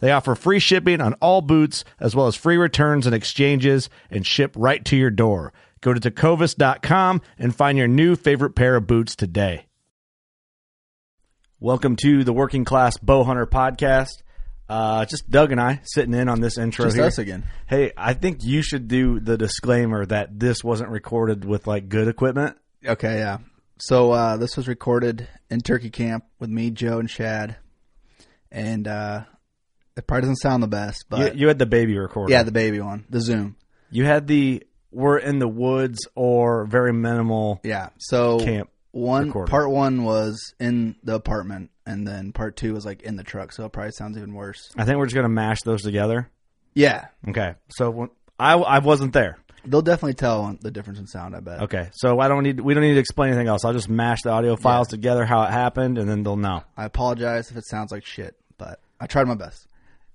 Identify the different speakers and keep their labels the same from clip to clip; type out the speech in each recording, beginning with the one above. Speaker 1: They offer free shipping on all boots, as well as free returns and exchanges, and ship right to your door. Go to tecovas.com and find your new favorite pair of boots today. Welcome to the Working Class Bowhunter Podcast. Uh, just Doug and I sitting in on this intro
Speaker 2: Just
Speaker 1: here.
Speaker 2: us again.
Speaker 1: Hey, I think you should do the disclaimer that this wasn't recorded with like good equipment.
Speaker 2: Okay, yeah. So uh, this was recorded in Turkey Camp with me, Joe, and Shad, and uh, it probably doesn't sound the best,
Speaker 1: You,
Speaker 2: but
Speaker 1: you had the baby recorder.
Speaker 2: yeah, the baby one, the Zoom.
Speaker 1: you had the we're in the woods or very minimal.
Speaker 2: Yeah. So
Speaker 1: Camp
Speaker 2: one
Speaker 1: recording.
Speaker 2: part one was in the apartment, and then part two was like in the truck. So it probably sounds even worse.
Speaker 1: I think we're just gonna mash those together.
Speaker 2: Yeah,
Speaker 1: Okay, so when- I I wasn't there.
Speaker 2: they'll definitely tell the difference in sound. I bet.
Speaker 1: Okay, so I don't need we don't need to explain anything else. I'll just mash the audio files together, how it happened, and then they'll know.
Speaker 2: I apologize if it sounds like shit, but I tried my best.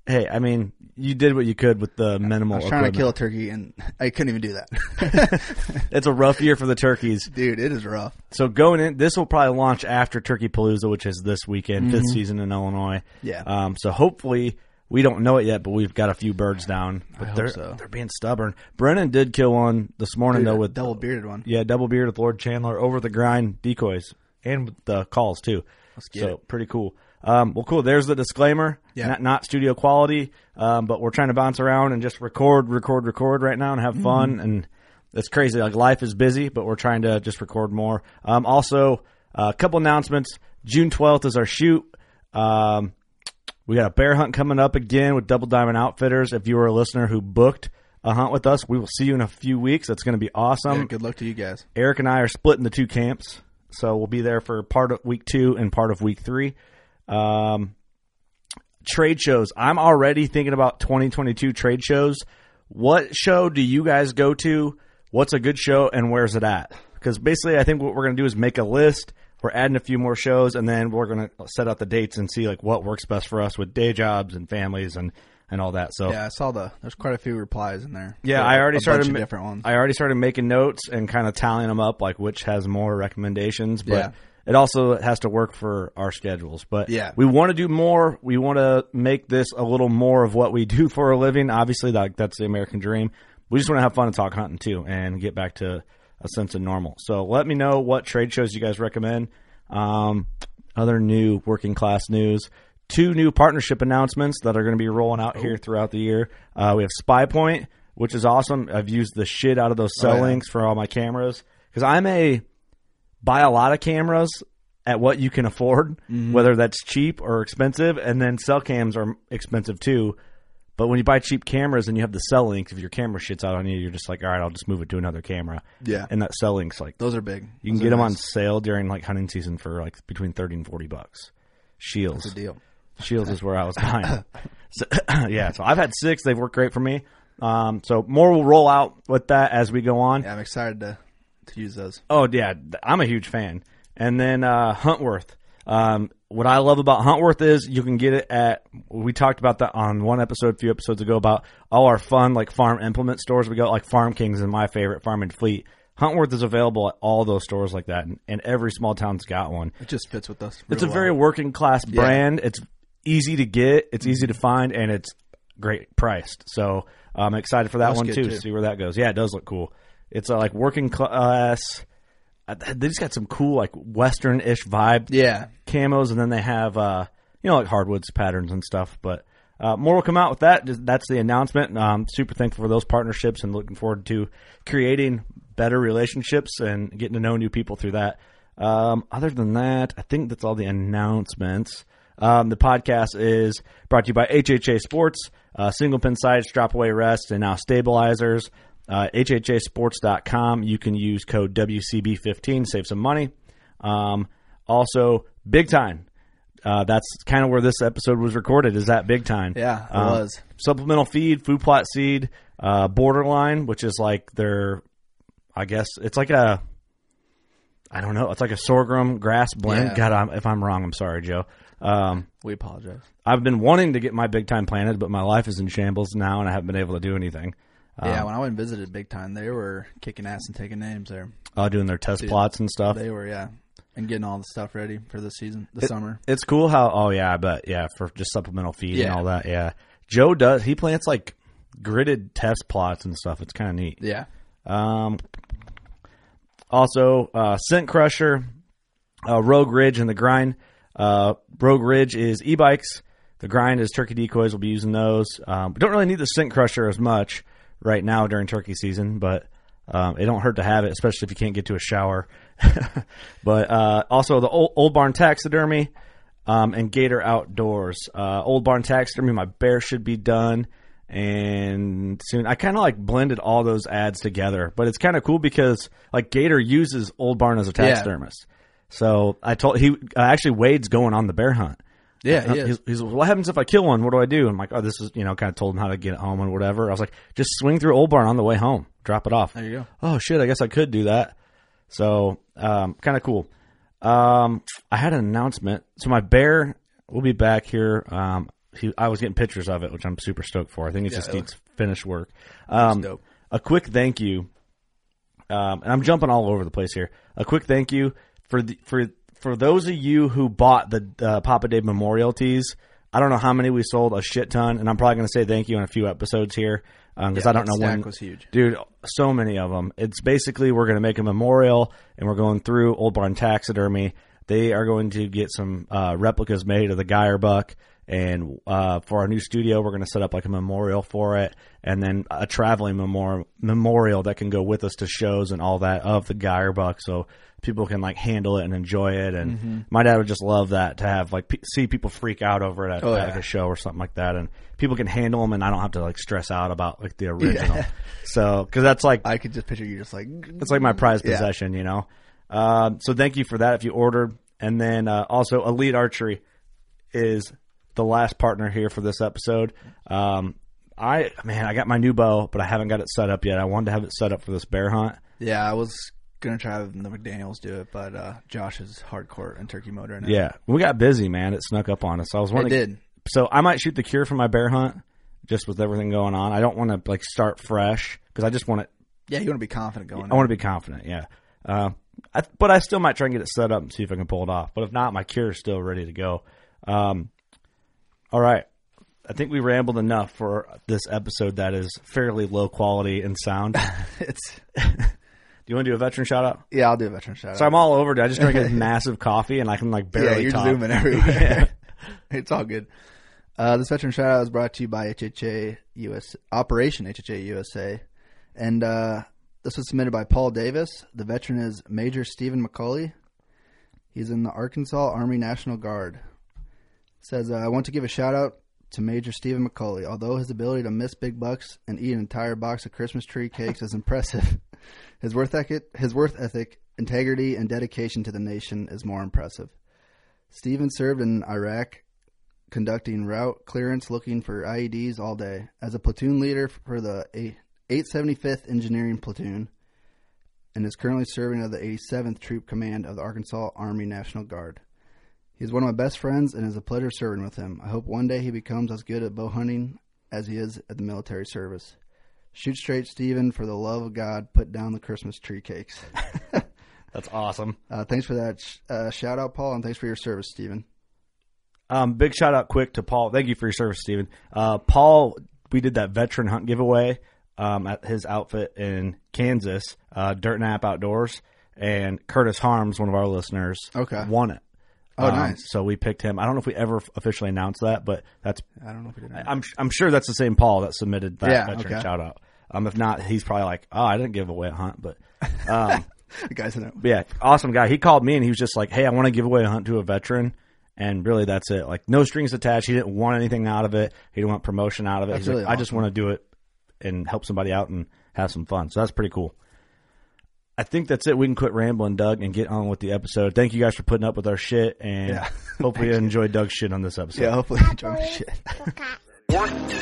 Speaker 1: Hey, I mean, you did what you could with the minimal.
Speaker 2: I was trying to kill
Speaker 1: equipment.
Speaker 2: a turkey, and I couldn't even do that.
Speaker 1: It's a rough year for the turkeys.
Speaker 2: Dude, it is rough.
Speaker 1: So going in, this will probably launch after Turkey Palooza, which is this weekend, fifth season in Illinois.
Speaker 2: Mm-hmm. Yeah.
Speaker 1: Um, so hopefully we don't know it yet, but we've got a few birds down. But
Speaker 2: hope
Speaker 1: they're
Speaker 2: so.
Speaker 1: they're being stubborn. Brennan did kill one this morning
Speaker 2: Dude,
Speaker 1: though
Speaker 2: a
Speaker 1: with
Speaker 2: double bearded one.
Speaker 1: yeah double beard with Lord Chandler over the grind decoys and with the calls too.
Speaker 2: get
Speaker 1: so pretty cool. Um, well, cool. There's the disclaimer.
Speaker 2: Yeah.
Speaker 1: Not, not studio quality, um, but we're trying to bounce around and just record, record, record right now and have
Speaker 2: Mm-hmm.
Speaker 1: fun. And it's crazy. Like life is busy, but we're trying to just record more. Um, also, uh, a couple announcements. June 12th is our shoot. Um, we got a bear hunt coming up again with Double Diamond Outfitters. If you were a listener who booked a hunt with us, we will see you in a few weeks. That's going to be awesome.
Speaker 2: Yeah, good luck to you guys.
Speaker 1: Eric and I are splitting the two camps, so we'll be there for part of week two and part of week three. Um, trade shows. I'm already thinking about 2022 trade shows. What show do you guys go to? What's a good show and where's it at? Because basically, I think what we're going to do is make a list. We're adding a few more shows, and then we're going to set out the dates and see like what works best for us with day jobs and families and and all that. So
Speaker 2: Yeah, I saw the. There's quite a few replies in there.
Speaker 1: oh. yeah,
Speaker 2: For
Speaker 1: I already
Speaker 2: a
Speaker 1: started
Speaker 2: bunch
Speaker 1: ma-
Speaker 2: of different ones.
Speaker 1: I already started making notes and kind of tallying them up, like which has more recommendations. But
Speaker 2: Yeah.
Speaker 1: it also has to work for our schedules. But
Speaker 2: Yeah.
Speaker 1: we want to do more. We want to make this a little more of what we do for a living. Obviously, like that's the American dream. We just want to have fun and talk hunting too, and get back to a sense of normal. So let me know what trade shows you guys recommend. Um, other new working class news. Two new partnership announcements that are going to be rolling out here throughout the year. Uh, we have Spy Point, which is awesome. I've used the shit out of those cell
Speaker 2: Oh, yeah.
Speaker 1: links for all my cameras because I'm a buy a lot of cameras at what you can afford,
Speaker 2: Mm-hmm.
Speaker 1: whether that's cheap or expensive, and then cell cams are expensive too. But when you buy cheap cameras and you have the cell links, if your camera shits out on you, you're just like, all right, I'll just move it to another camera.
Speaker 2: Yeah.
Speaker 1: and that cell links like
Speaker 2: Those are big.
Speaker 1: you can
Speaker 2: Those
Speaker 1: get
Speaker 2: are
Speaker 1: them on
Speaker 2: nice.
Speaker 1: sale during like hunting season for like between thirty and forty bucks. Shields,
Speaker 2: That's a deal.
Speaker 1: Shields is where I was buying. so, yeah, so I've had six. They've worked great for me. Um, so more will roll out with that as we go on.
Speaker 2: Yeah, I'm excited to to use those.
Speaker 1: Oh yeah, th- I'm a huge fan. And then uh, Huntworth, Um, what I love about Huntworth is you can get it at. We talked about that on one episode, a few episodes ago, about all our fun like farm implement stores. We got like Farm Kings and my favorite Farm and Fleet. Huntworth is available at all those stores like that, and, and every small town's got one.
Speaker 2: It just fits with us.
Speaker 1: It's a
Speaker 2: real
Speaker 1: very
Speaker 2: well.
Speaker 1: working class
Speaker 2: Yeah.
Speaker 1: brand. It's easy to get, it's easy to find, and it's great priced. So I'm excited for that
Speaker 2: Looks
Speaker 1: one
Speaker 2: good,
Speaker 1: too,
Speaker 2: too.
Speaker 1: See where that goes. Yeah, it does look cool. It's a, like working class. uh, They just got some cool like western ish vibe
Speaker 2: yeah.
Speaker 1: camos, and then they have uh, you know like hardwoods patterns and stuff. But uh, more will come out with that. Just- That's the announcement. Um, super thankful for those partnerships and looking forward to creating better relationships and getting to know new people through that. Um, other than that, I think that's all the announcements. Um, the podcast is brought to you by HHA Sports, uh, single pin sides, drop away rest, and now stabilizers. Uh, HHAsports.com. You can use code WCB15, save some money. Um, also, Big Time. Uh, that's kind of where this episode was recorded. Is that Big Time?
Speaker 2: Yeah, it
Speaker 1: Um,
Speaker 2: was.
Speaker 1: Supplemental feed, food plot seed, uh, borderline, which is like their, I guess it's like a, I don't know, it's like a sorghum grass blend.
Speaker 2: Yeah.
Speaker 1: God, I'm, if I'm wrong, I'm sorry, Joe. Um,
Speaker 2: We apologize.
Speaker 1: I've been wanting to get my big time planted, but my life is in shambles now, and I haven't been able to do anything.
Speaker 2: yeah, when I went and visited Big Time, they were kicking ass and taking names there.
Speaker 1: Uh, doing their test plots and stuff.
Speaker 2: They were, yeah, and getting all the stuff ready for the season, the summer.
Speaker 1: It's cool how oh yeah, I bet yeah, for just supplemental feed and
Speaker 2: Yeah.
Speaker 1: all that. Yeah. Joe does he plants like gridded test plots and stuff. It's kinda neat.
Speaker 2: Yeah,
Speaker 1: Um also uh Scent Crusher, uh Rogue Ridge and the Grind. Uh Rogue Ridge is e bikes. The grind is turkey decoys. We'll be using those. Um, we don't really need the scent crusher as much right now during turkey season, but um, it don't hurt to have it, especially if you can't get to a shower. but uh, also the old, old barn taxidermy um, and Gator Outdoors. Uh, Old Barn Taxidermy, my bear should be done, and soon I kind of like blended all those ads together, but it's kind of cool because like Gator uses Old Barn as a taxidermist. So I told he uh, actually Wade's going on the bear hunt. Uh,
Speaker 2: yeah, yeah.
Speaker 1: He's, he's like, what happens if I kill one? What do I do? I'm like, oh, this is, you know, kind of told him how to get it home and whatever. I was like, just swing through Old Barn on the way home, drop it off. There
Speaker 2: you go.
Speaker 1: Oh shit, I guess I could do that. So, um, kind of cool. Um, I had an announcement. So my bear will be back here. Um, he, I was getting pictures of it, which I'm super stoked for. I think it just needs finished work. Um,
Speaker 2: dope.
Speaker 1: a quick thank you um, and I'm jumping all over the place here. A quick thank you for the, for for those of you who bought the uh, Papa Dave memorial tees. I don't know how many we sold, a shit ton, and I'm probably going to say thank you in a few episodes here because I don't
Speaker 2: that
Speaker 1: know when.
Speaker 2: stack was huge.
Speaker 1: dude. So many of them. It's basically we're going to make a memorial, and we're going through Old Barn Taxidermy. They are going to get some uh, replicas made of the Geyer buck, and uh, for our new studio, we're going to set up like a memorial for it, and then a traveling memorial memorial that can go with us to shows and all that of the Geyer buck, so people can like handle it and enjoy it. And my dad would just love that to have like pe see people freak out over it at, at, like
Speaker 2: yeah.
Speaker 1: a show or something like that, and people can handle them, and I don't have to like stress out about like the original. So because that's like
Speaker 2: I could just picture you just like
Speaker 1: it's like my prized possession, you know. Um, so thank you for that if you ordered, and then uh, also Elite Archery is the last partner here for this episode. Um, I man, I got my new bow, but I haven't got it set up yet. I wanted to have it set up for this bear hunt.
Speaker 2: Yeah, I was gonna try having the McDaniels do it, but uh, Josh is hardcore and turkey motor in it.
Speaker 1: Yeah, we got busy, man. It snuck up on us. I was
Speaker 2: I
Speaker 1: wanting
Speaker 2: did.
Speaker 1: so I might shoot the cure for my bear hunt just with everything going on. I don't want to like start fresh because I just want it
Speaker 2: Yeah, you want to be confident going.
Speaker 1: I want to be confident, yeah. Uh, I, but I still might try and get it set up and see if I can pull it off. But if not, my cure is still ready to go. Um, all right. I think we rambled enough for this episode that is fairly low quality and sound. Do
Speaker 2: in. It's
Speaker 1: you want to do a veteran shout out?
Speaker 2: yeah, I'll do a veteran shout
Speaker 1: So
Speaker 2: out.
Speaker 1: I'm all over. dude. I just drank a massive coffee and I can like barely
Speaker 2: Yeah, you're
Speaker 1: talk.
Speaker 2: zooming everywhere. it's all good. Uh, this veteran shout out is brought to you by HHA US Operation HHA USA, and uh, this was submitted by Paul Davis. The veteran is Major Stephen McCauley. He's in the Arkansas Army National Guard. Says uh, I want to give a shout out to Major Stephen McCauley. Although his ability to miss big bucks and eat an entire box of Christmas tree cakes is impressive, his worth ethic, his worth ethic, integrity, and dedication to the nation is more impressive. Stephen served in Iraq, conducting route clearance looking for IEDs all day as a platoon leader for the eight- 875th Engineering Platoon, and is currently serving at the 87th Troop Command of the Arkansas Army National Guard. He's one of my best friends and is a pleasure serving with him. I hope one day he becomes as good at bow hunting as he is at the military service. Shoot straight, Steven. For the love of God, put down the Christmas tree cakes.
Speaker 1: That's awesome.
Speaker 2: uh, thanks for that sh- uh, shout out, Paul, and thanks for your service, Steven.
Speaker 1: Um, big shout out quick to Paul. Thank you for your service, Steven. Uh, Paul, we did that veteran hunt giveaway um, at his outfit in Kansas, uh, Dirt Nap Outdoors, and Curtis Harms, one of our listeners,
Speaker 2: Okay.
Speaker 1: won it.
Speaker 2: Oh,
Speaker 1: Um,
Speaker 2: nice.
Speaker 1: So we picked him. I don't know if we ever officially announced that, but that's
Speaker 2: I don't know if we did.
Speaker 1: I- I'm I'm sure that's the same Paul that submitted that
Speaker 2: Yeah,
Speaker 1: veteran
Speaker 2: okay.
Speaker 1: shout out. Um, if not, he's probably like, oh, I didn't give away a hunt, but um,
Speaker 2: The guys in it.
Speaker 1: but yeah, awesome guy. He called me and he was just like, "Hey, I want to give away a hunt to a veteran." And really, that's it. Like, no strings attached. He didn't want anything out of it. He didn't want promotion out of it. He's
Speaker 2: really
Speaker 1: like, I just want to do it and help somebody out and have some fun. So that's pretty cool. I think that's it. We can quit rambling, Doug, and get on with the episode. Thank you guys for putting up with our shit, and
Speaker 2: Yeah.
Speaker 1: hopefully you enjoyed Doug's shit on this episode.
Speaker 2: Yeah, hopefully I enjoy my shit.
Speaker 3: One, two,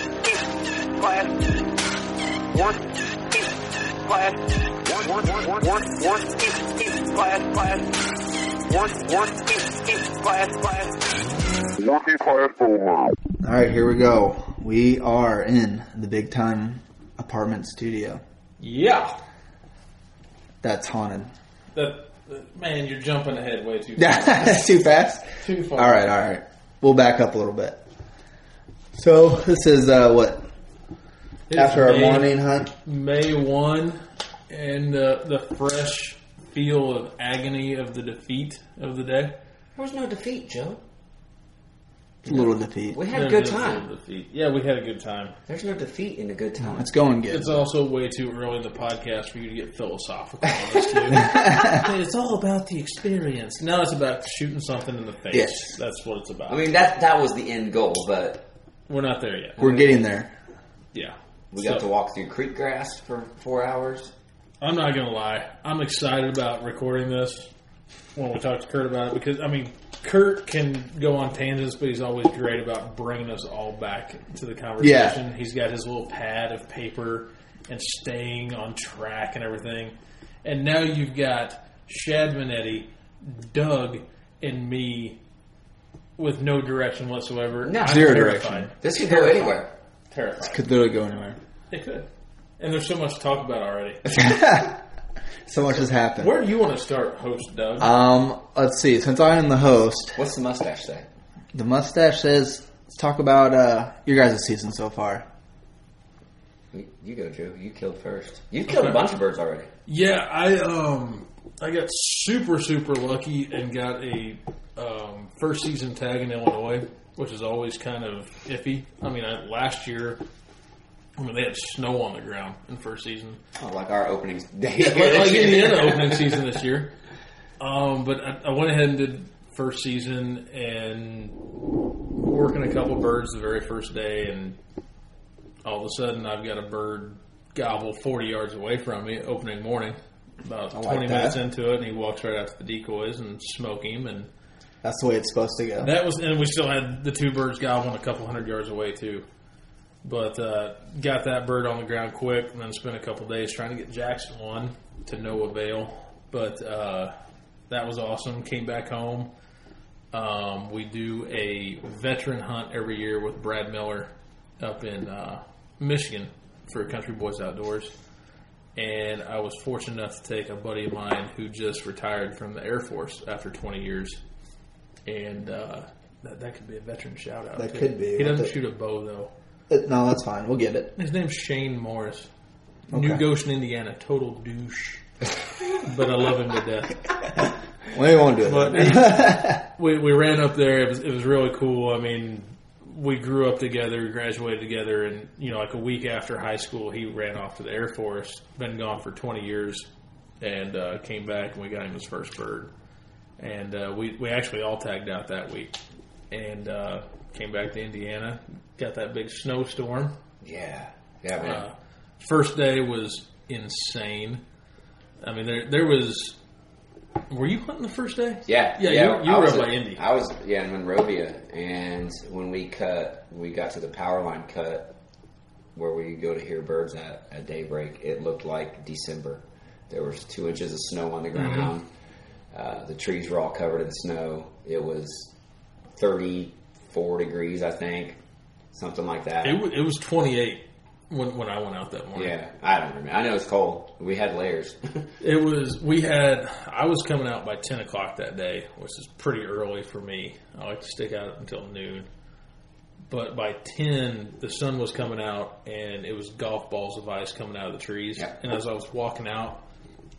Speaker 3: five. One, two, five. One, one, one, one, one, two, five, five. One, one, two, five, five. One, two, five, four.
Speaker 2: All right, here we go. We are in the big time apartment studio
Speaker 4: Yeah.
Speaker 2: that's haunted.
Speaker 4: The, the- man, you're jumping ahead way too. far.
Speaker 2: that's too fast.
Speaker 4: Too far.
Speaker 2: All right, all right. We'll back up a little bit. So this is uh, what
Speaker 4: It's
Speaker 2: after our
Speaker 4: May-
Speaker 2: morning hunt.
Speaker 4: May one, and uh, the fresh feel of agony of the defeat of the day.
Speaker 5: There's no defeat, Joe.
Speaker 2: It's a little defeat.
Speaker 5: We had a
Speaker 4: There's
Speaker 5: good
Speaker 4: no
Speaker 5: time.
Speaker 4: feel of defeat. Yeah, we had a good time.
Speaker 5: There's no defeat in a good time.
Speaker 2: It's going good.
Speaker 4: It's also way too early in the podcast for you to get philosophical on this. dude. it's all about the experience. Now it's about shooting something in the face.
Speaker 2: Yes.
Speaker 4: That's what it's about.
Speaker 5: I mean, that that was the end goal, but
Speaker 4: We're not there yet.
Speaker 2: We're getting there.
Speaker 4: Yeah.
Speaker 5: we got
Speaker 4: So-
Speaker 5: to walk through creek grass for four hours.
Speaker 4: I'm not gonna lie. I'm excited about recording this when we talk to Kurt about it because I mean, Kurt can go on tangents, but he's always great about bringing us all back to the conversation. He's got his little pad of paper and staying on track and everything. And now you've got Shad Manetti, Doug, and me with no direction whatsoever.
Speaker 5: No,
Speaker 4: I'm
Speaker 2: zero
Speaker 4: terrified.
Speaker 2: direction.
Speaker 5: This could go anywhere.
Speaker 4: Terrified.
Speaker 2: Could literally go anywhere.
Speaker 4: It could. And there's so much to talk about already.
Speaker 2: So much has happened.
Speaker 4: Where do you want to start, host Doug?
Speaker 2: Um, let's see. Since I am the host,
Speaker 5: What's the mustache say?
Speaker 2: the mustache says, "Let's talk about uh, your guys' season so far."
Speaker 5: You, you go, Joe. You killed first. You've killed a bunch of birds already.
Speaker 4: Yeah, I um I got super super lucky and got a um, first season tag in Illinois, which is always kind of iffy. I mean, I, last year, I mean they had snow on the ground in first season,
Speaker 5: Oh, like our opening day.
Speaker 4: like, like Indiana opening season this year. Um, but I, I went ahead and did first season and working a couple birds the very first day, and all of a sudden I've got a bird gobble forty yards away from me opening morning. About
Speaker 2: like
Speaker 4: twenty
Speaker 2: that.
Speaker 4: minutes into it, and he walks right out to the decoys and smoke him, and
Speaker 2: That's the way it's supposed to go.
Speaker 4: that was, and we still had the two birds gobbling a couple hundred yards away too. But uh, got that bird on the ground quick, and then spent a couple days trying to get Jackson one to no avail. But uh, that was awesome. Came back home. Um, we do a veteran hunt every year with Brad Miller up in uh, Michigan for Country Boys Outdoors. And I was fortunate enough to take a buddy of mine who just retired from the Air Force after 20 years and uh, that, that could be a veteran shout out.
Speaker 2: That
Speaker 4: too.
Speaker 2: could be.
Speaker 4: He doesn't
Speaker 2: That-
Speaker 4: shoot a bow though.
Speaker 2: Uh, No, that's fine. We'll get it.
Speaker 4: His name's Shane Morris, New Goshen, Indiana. Total douche, but I love him to death.
Speaker 2: We won't do it.
Speaker 4: But we we ran up there. It was it was really cool. I mean, we grew up together, graduated together, and you know, like a week after high school, he ran off to the Air Force. Been gone for twenty years, and uh, came back, and we got him his first bird. And uh, we we actually all tagged out that week, and uh, came back to Indiana. Got that big snowstorm.
Speaker 5: yeah. Yeah, man.
Speaker 4: Uh, first day was insane. I mean, there there was. Were you hunting the first day?
Speaker 5: Yeah,
Speaker 4: yeah. you you
Speaker 5: I
Speaker 4: were
Speaker 5: was
Speaker 4: up
Speaker 5: at-
Speaker 4: by Indy.
Speaker 5: I was yeah in Monrovia, and when we cut, we got to the power line cut where we go to hear birds at, at daybreak. It looked like December. There was
Speaker 4: Mm-hmm.
Speaker 5: two inches of snow on the ground. Uh, the trees were all covered in snow. It was 34 degrees, I think, something like that.
Speaker 4: It, w- it was 28 when, when I went out that morning.
Speaker 5: Yeah, I don't remember. I know it's cold. We had layers.
Speaker 4: It was, we had, I was coming out by 10 o'clock that day, which is pretty early for me. I like to stick out until noon. But by 10, the sun was coming out and it was golf balls of ice coming out of the trees.
Speaker 5: Yeah.
Speaker 4: And as I was walking out,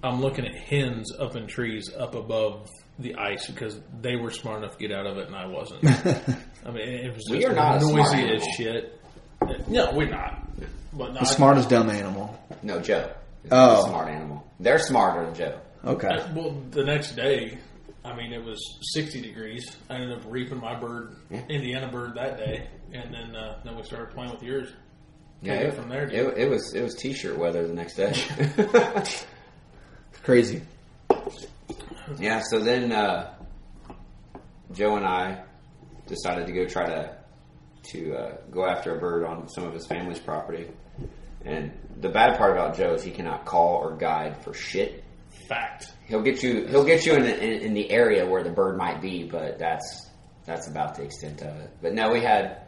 Speaker 4: I'm looking at hens up in trees up above the ice because they were smart enough to get out of it and I wasn't. I mean, it was
Speaker 5: We
Speaker 4: just
Speaker 5: are not a smart
Speaker 4: noisy as
Speaker 5: animal.
Speaker 4: shit. No, we're not. But no,
Speaker 2: The smartest dumb animal.
Speaker 5: no, Joe. is
Speaker 2: Oh.
Speaker 5: a smart animal. They're smarter than Joe.
Speaker 2: Okay.
Speaker 4: I- Well, the next day, I mean, it was 60 degrees. I ended up reaping my bird, Indiana bird, that day, and then uh, then we started playing with yours.
Speaker 5: Yeah,
Speaker 4: Take it
Speaker 5: it,
Speaker 4: from there, dude.
Speaker 5: it, it was it was t-shirt weather the next day.
Speaker 2: Crazy.
Speaker 5: yeah, so then uh, Joe and I decided to go try to to uh, go after a bird on some of his family's property. And the bad part about Joe is he cannot call or guide for shit.
Speaker 4: Fact.
Speaker 5: He'll get you. He'll get you in the, in, in the area where the bird might be, but that's that's about the extent of it. But no, we had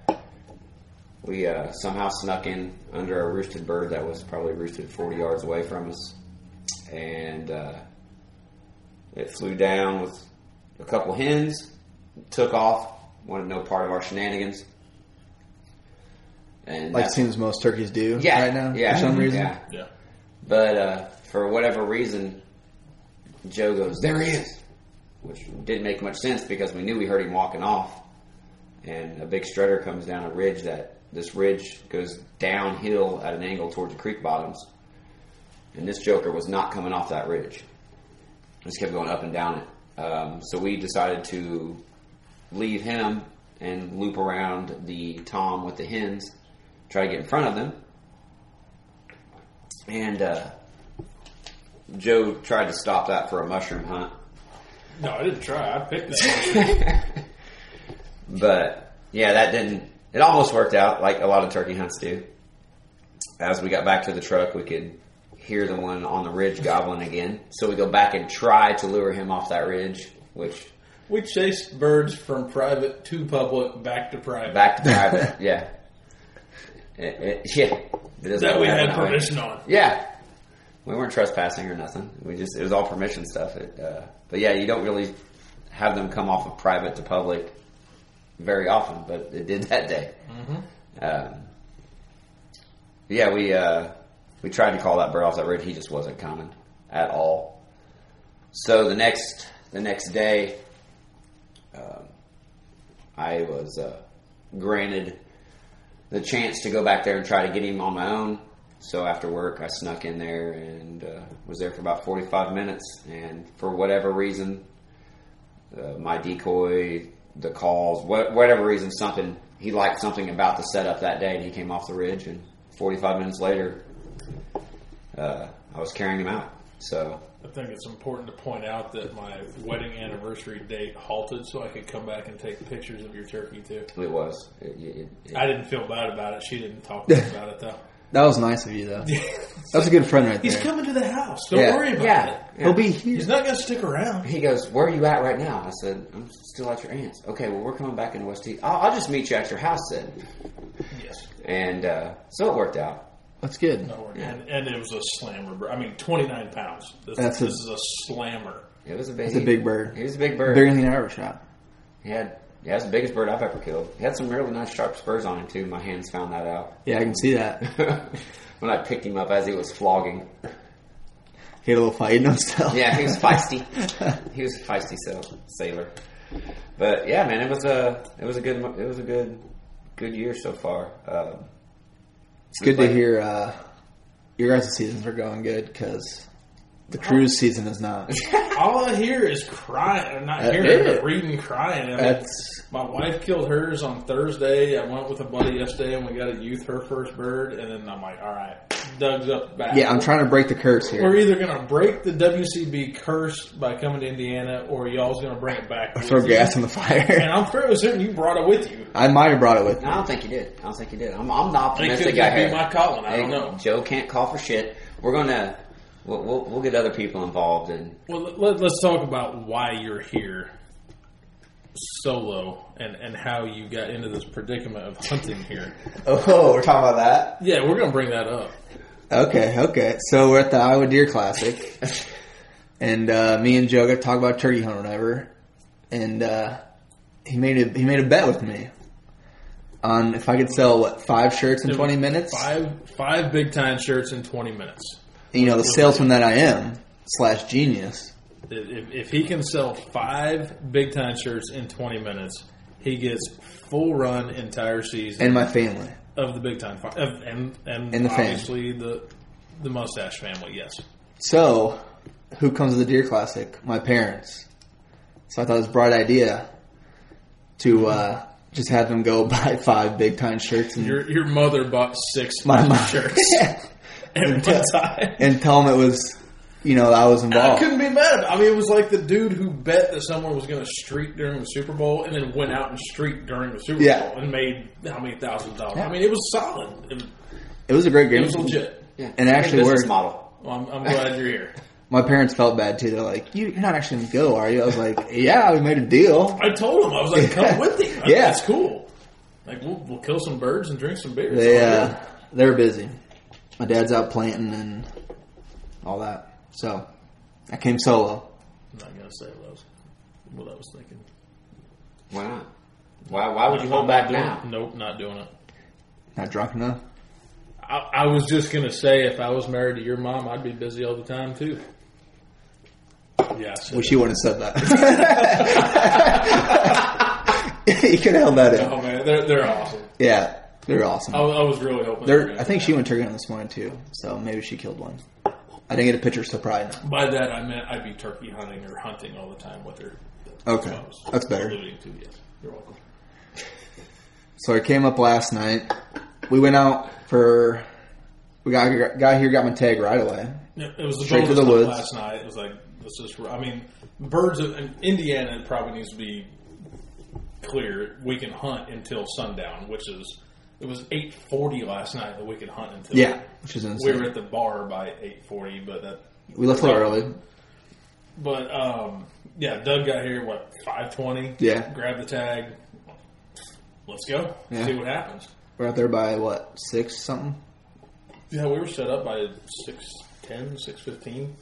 Speaker 5: we uh, somehow snuck in under a roosted bird that was probably roosted forty yards away from us, and uh, it flew down with a couple hens, took off, wanted no part of our shenanigans, and
Speaker 2: Like
Speaker 5: that's-
Speaker 2: seems most turkeys do
Speaker 5: yeah,
Speaker 2: right now
Speaker 5: yeah,
Speaker 2: for some reason.
Speaker 5: yeah.
Speaker 4: Yeah.
Speaker 5: But uh, for whatever reason, Joe goes, There he is! Which didn't make much sense because we knew we heard him walking off. And a big strutter comes down a ridge that this ridge goes downhill at an angle towards the creek bottoms. And this Joker was not coming off that ridge. Just kept going up and down it. Um, so we decided to leave him and loop around the tom with the hens, try to get in front of them and uh, Joe tried to stop that for a mushroom hunt,
Speaker 4: No, I didn't try. I picked that.
Speaker 5: but yeah, that didn't. It almost worked out, like a lot of turkey hunts do. As we got back to the truck, we could hear the one on the ridge gobbling again. So we go back and try to lure him off that ridge, which
Speaker 4: we chased birds from private to public, back to private.
Speaker 5: back to private, yeah, It- it- yeah. It doesn't
Speaker 4: that we
Speaker 5: happen
Speaker 4: had
Speaker 5: way.
Speaker 4: permission on.
Speaker 5: Yeah. We weren't trespassing or nothing. We just it was all permission stuff. It, uh, but yeah, you don't really have them come off of private to public very often, but it did that day. Um, yeah, we uh, we tried to call that bird off that ridge. He just wasn't coming at all. So the next the next day, um, I was uh, granted the chance to go back there and try to get him on my own. So after work, I snuck in there and uh, was there for about 45 minutes. And for whatever reason, uh, my decoy, the calls, wha- whatever reason, something he liked something about the setup that day, and he came off the ridge. And 45 minutes later, uh, I was carrying him out. So
Speaker 4: I think it's important to point out that my wedding anniversary date halted so I could come back and take pictures of your turkey, too.
Speaker 5: it was. It, it, it,
Speaker 4: I didn't feel bad about it. She didn't talk to me about it, though.
Speaker 2: That was nice of you though. That's a good friend right
Speaker 4: He's
Speaker 2: there.
Speaker 4: coming to the house. Don't
Speaker 5: Yeah.
Speaker 4: worry about it.
Speaker 5: yeah,
Speaker 2: He'll be here.
Speaker 4: He's not going to stick around.
Speaker 5: He goes, "Where are you at right now?" I said, "I'm still at your aunt's." Okay, well, we're coming back into West T. I'll, I'll just meet you at your house then.
Speaker 4: Yes.
Speaker 5: And uh, so it worked out.
Speaker 2: That's good.
Speaker 4: No, we're- And, and it was a slammer. bro. I mean, 29 pounds. This,
Speaker 2: That's a-
Speaker 4: this is a slammer.
Speaker 5: It was a big,
Speaker 2: It's a big bird.
Speaker 5: He was a big bird.
Speaker 2: Bigger than the Irish shot.
Speaker 5: He had, yeah, that's the biggest bird I've ever killed. He had some really nice sharp spurs on him too. My hands found that out
Speaker 2: Yeah, I can see that.
Speaker 5: when I picked him up as he was flogging.
Speaker 2: He had a little fight in himself.
Speaker 5: Yeah, he was feisty. he was a feisty sail- sailor. But yeah, man, it was a, it was a good, mo- it was a good, good year so far. Um,
Speaker 2: It's good to hear uh, your guys' seasons are going good because the cruise season is not.
Speaker 4: All I hear is crying. I'm not
Speaker 2: That
Speaker 4: hearing,
Speaker 2: is.
Speaker 4: but reading crying. I mean,
Speaker 2: That's
Speaker 4: my wife killed hers on Thursday. I went with a buddy yesterday and we got to youth her first bird. And then I'm like, all right, Doug's up back.
Speaker 2: yeah. I'm trying to break the curse
Speaker 4: We're
Speaker 2: here.
Speaker 4: either going to break the WCB curse by coming to Indiana or y'all's going to bring it back.
Speaker 2: Throw
Speaker 4: with you.
Speaker 2: gas on the
Speaker 4: And
Speaker 2: fire.
Speaker 4: I'm fairly certain you brought it with you.
Speaker 2: I might have brought it with.
Speaker 5: I don't think he did. I don't think he did. I'm, I'm the
Speaker 4: It
Speaker 5: optimistic
Speaker 4: could
Speaker 5: guy
Speaker 4: just
Speaker 5: here.
Speaker 4: be my calling. I don't
Speaker 5: Hey,
Speaker 4: know.
Speaker 5: Joe can't call for shit. We're gonna, we'll, we'll, we'll get other people involved and
Speaker 4: Well, let, let's talk about why you're here. solo and, and how you got into this predicament of hunting here.
Speaker 6: Oh, we're talking about that.
Speaker 4: Yeah, we're going to bring that up.
Speaker 6: Okay, okay. So we're at the Iowa Deer Classic, and uh, me and Joe got to talk about turkey hunt or whatever, and uh, he made a he made a bet with me on if I could sell what five shirts in twenty minutes.
Speaker 4: Five five big time shirts in 20 minutes.
Speaker 6: You know, the salesman that I am slash genius.
Speaker 4: If, if he can sell five big time shirts in 20 minutes, he gets full run entire season
Speaker 6: and my family.
Speaker 4: of the big time fi- of, and and,
Speaker 6: And the fam.
Speaker 4: obviously the the mustache family. Yes,
Speaker 6: So, who comes to the Deer Classic? My parents. So I thought it was a bright idea to uh, just have them go buy five big time shirts and
Speaker 4: your your mother bought six
Speaker 6: Hmm. my mom
Speaker 4: shirts at one time.
Speaker 6: and tell them it was, you know, I was
Speaker 4: I
Speaker 6: involved.
Speaker 4: couldn't be mad. At I mean, it was like the dude who bet that someone was going to streak during the Super Bowl, and then went out and streaked during the Super
Speaker 6: Yeah.
Speaker 4: Bowl and made how many thousand dollars?
Speaker 6: Yeah.
Speaker 4: I mean, it was solid. It,
Speaker 6: It was a great
Speaker 4: it
Speaker 6: game.
Speaker 4: was legit.
Speaker 5: Yeah,
Speaker 6: And
Speaker 5: it's a good
Speaker 6: actually
Speaker 5: business
Speaker 6: worked.
Speaker 5: model.
Speaker 4: Well, I'm, I'm glad you're here.
Speaker 6: My parents felt bad too. They're like, you, "You're not actually gonna go, are you?" I was like, "Yeah, we made a deal."
Speaker 4: I told him I was like, "Come with me. Like,
Speaker 6: Yeah.
Speaker 4: that's cool. Like we'll, we'll kill some birds and drink some beer." It's
Speaker 6: They
Speaker 4: all good.
Speaker 6: uh, they're busy. My dad's out planting and all that. So I came solo.
Speaker 4: I'm not gonna say what I was, what I was thinking.
Speaker 5: Why not? Why, why would you hold back now?
Speaker 4: Nope, not doing it.
Speaker 6: Not drunk enough.
Speaker 4: I, I was just gonna say if I was married to your mom, I'd be busy all the time too. Yeah, I said
Speaker 6: Wish you wouldn't have said that. you could have held that
Speaker 4: it.
Speaker 6: in.
Speaker 4: oh man, they're they're awesome.
Speaker 6: Yeah, they're
Speaker 4: I,
Speaker 6: awesome.
Speaker 4: was- I was really hoping. they were
Speaker 6: They're,
Speaker 4: gonna-
Speaker 6: I think she went turkey on this morning too, so maybe she killed one. I didn't get a picture, so probably not.
Speaker 4: by that I meant I'd be turkey hunting or hunting all the time with her.
Speaker 6: Okay,
Speaker 4: I was
Speaker 6: that's better.
Speaker 4: Alluding to yes, you're welcome.
Speaker 6: So I came up last night. We went out for. We got got here, got my tag right away.
Speaker 4: Yeah, It was the
Speaker 6: Straight
Speaker 4: Straight
Speaker 6: to the
Speaker 4: the
Speaker 6: woods.
Speaker 4: last night. It was like this is. I mean, birds of in Indiana it probably needs to be clear. We can hunt until sundown, which is it was eight forty last night that we could hunt until.
Speaker 6: Yeah, which is
Speaker 4: we
Speaker 6: insane.
Speaker 4: were at the bar by eight forty, but that.
Speaker 6: we left a little early.
Speaker 4: But um, yeah, Doug got here what five twenty.
Speaker 6: Yeah.
Speaker 4: grab the tag. Let's go.
Speaker 6: Yeah.
Speaker 4: See what happens.
Speaker 6: We're out there by what six something,
Speaker 4: Yeah, we were set up by six ten, six fifteen.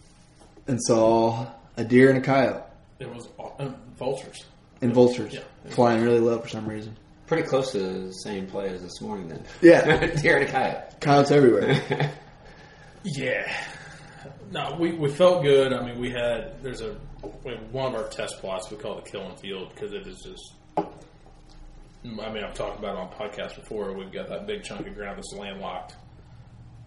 Speaker 6: and saw a deer and a coyote
Speaker 4: It was aw- uh, vultures.
Speaker 6: and vultures
Speaker 4: Yeah.
Speaker 6: flying really low for some reason.
Speaker 5: Pretty close to the same play as this morning then.
Speaker 6: Yeah.
Speaker 5: Deer and a coyote.
Speaker 6: Coyotes everywhere.
Speaker 4: Yeah. No, we, we felt good. I mean, we had there's a we had one of our test plots we call it the kill and field because it is just. I mean, I've talked about it on podcasts before. We've got that big chunk of ground that's landlocked,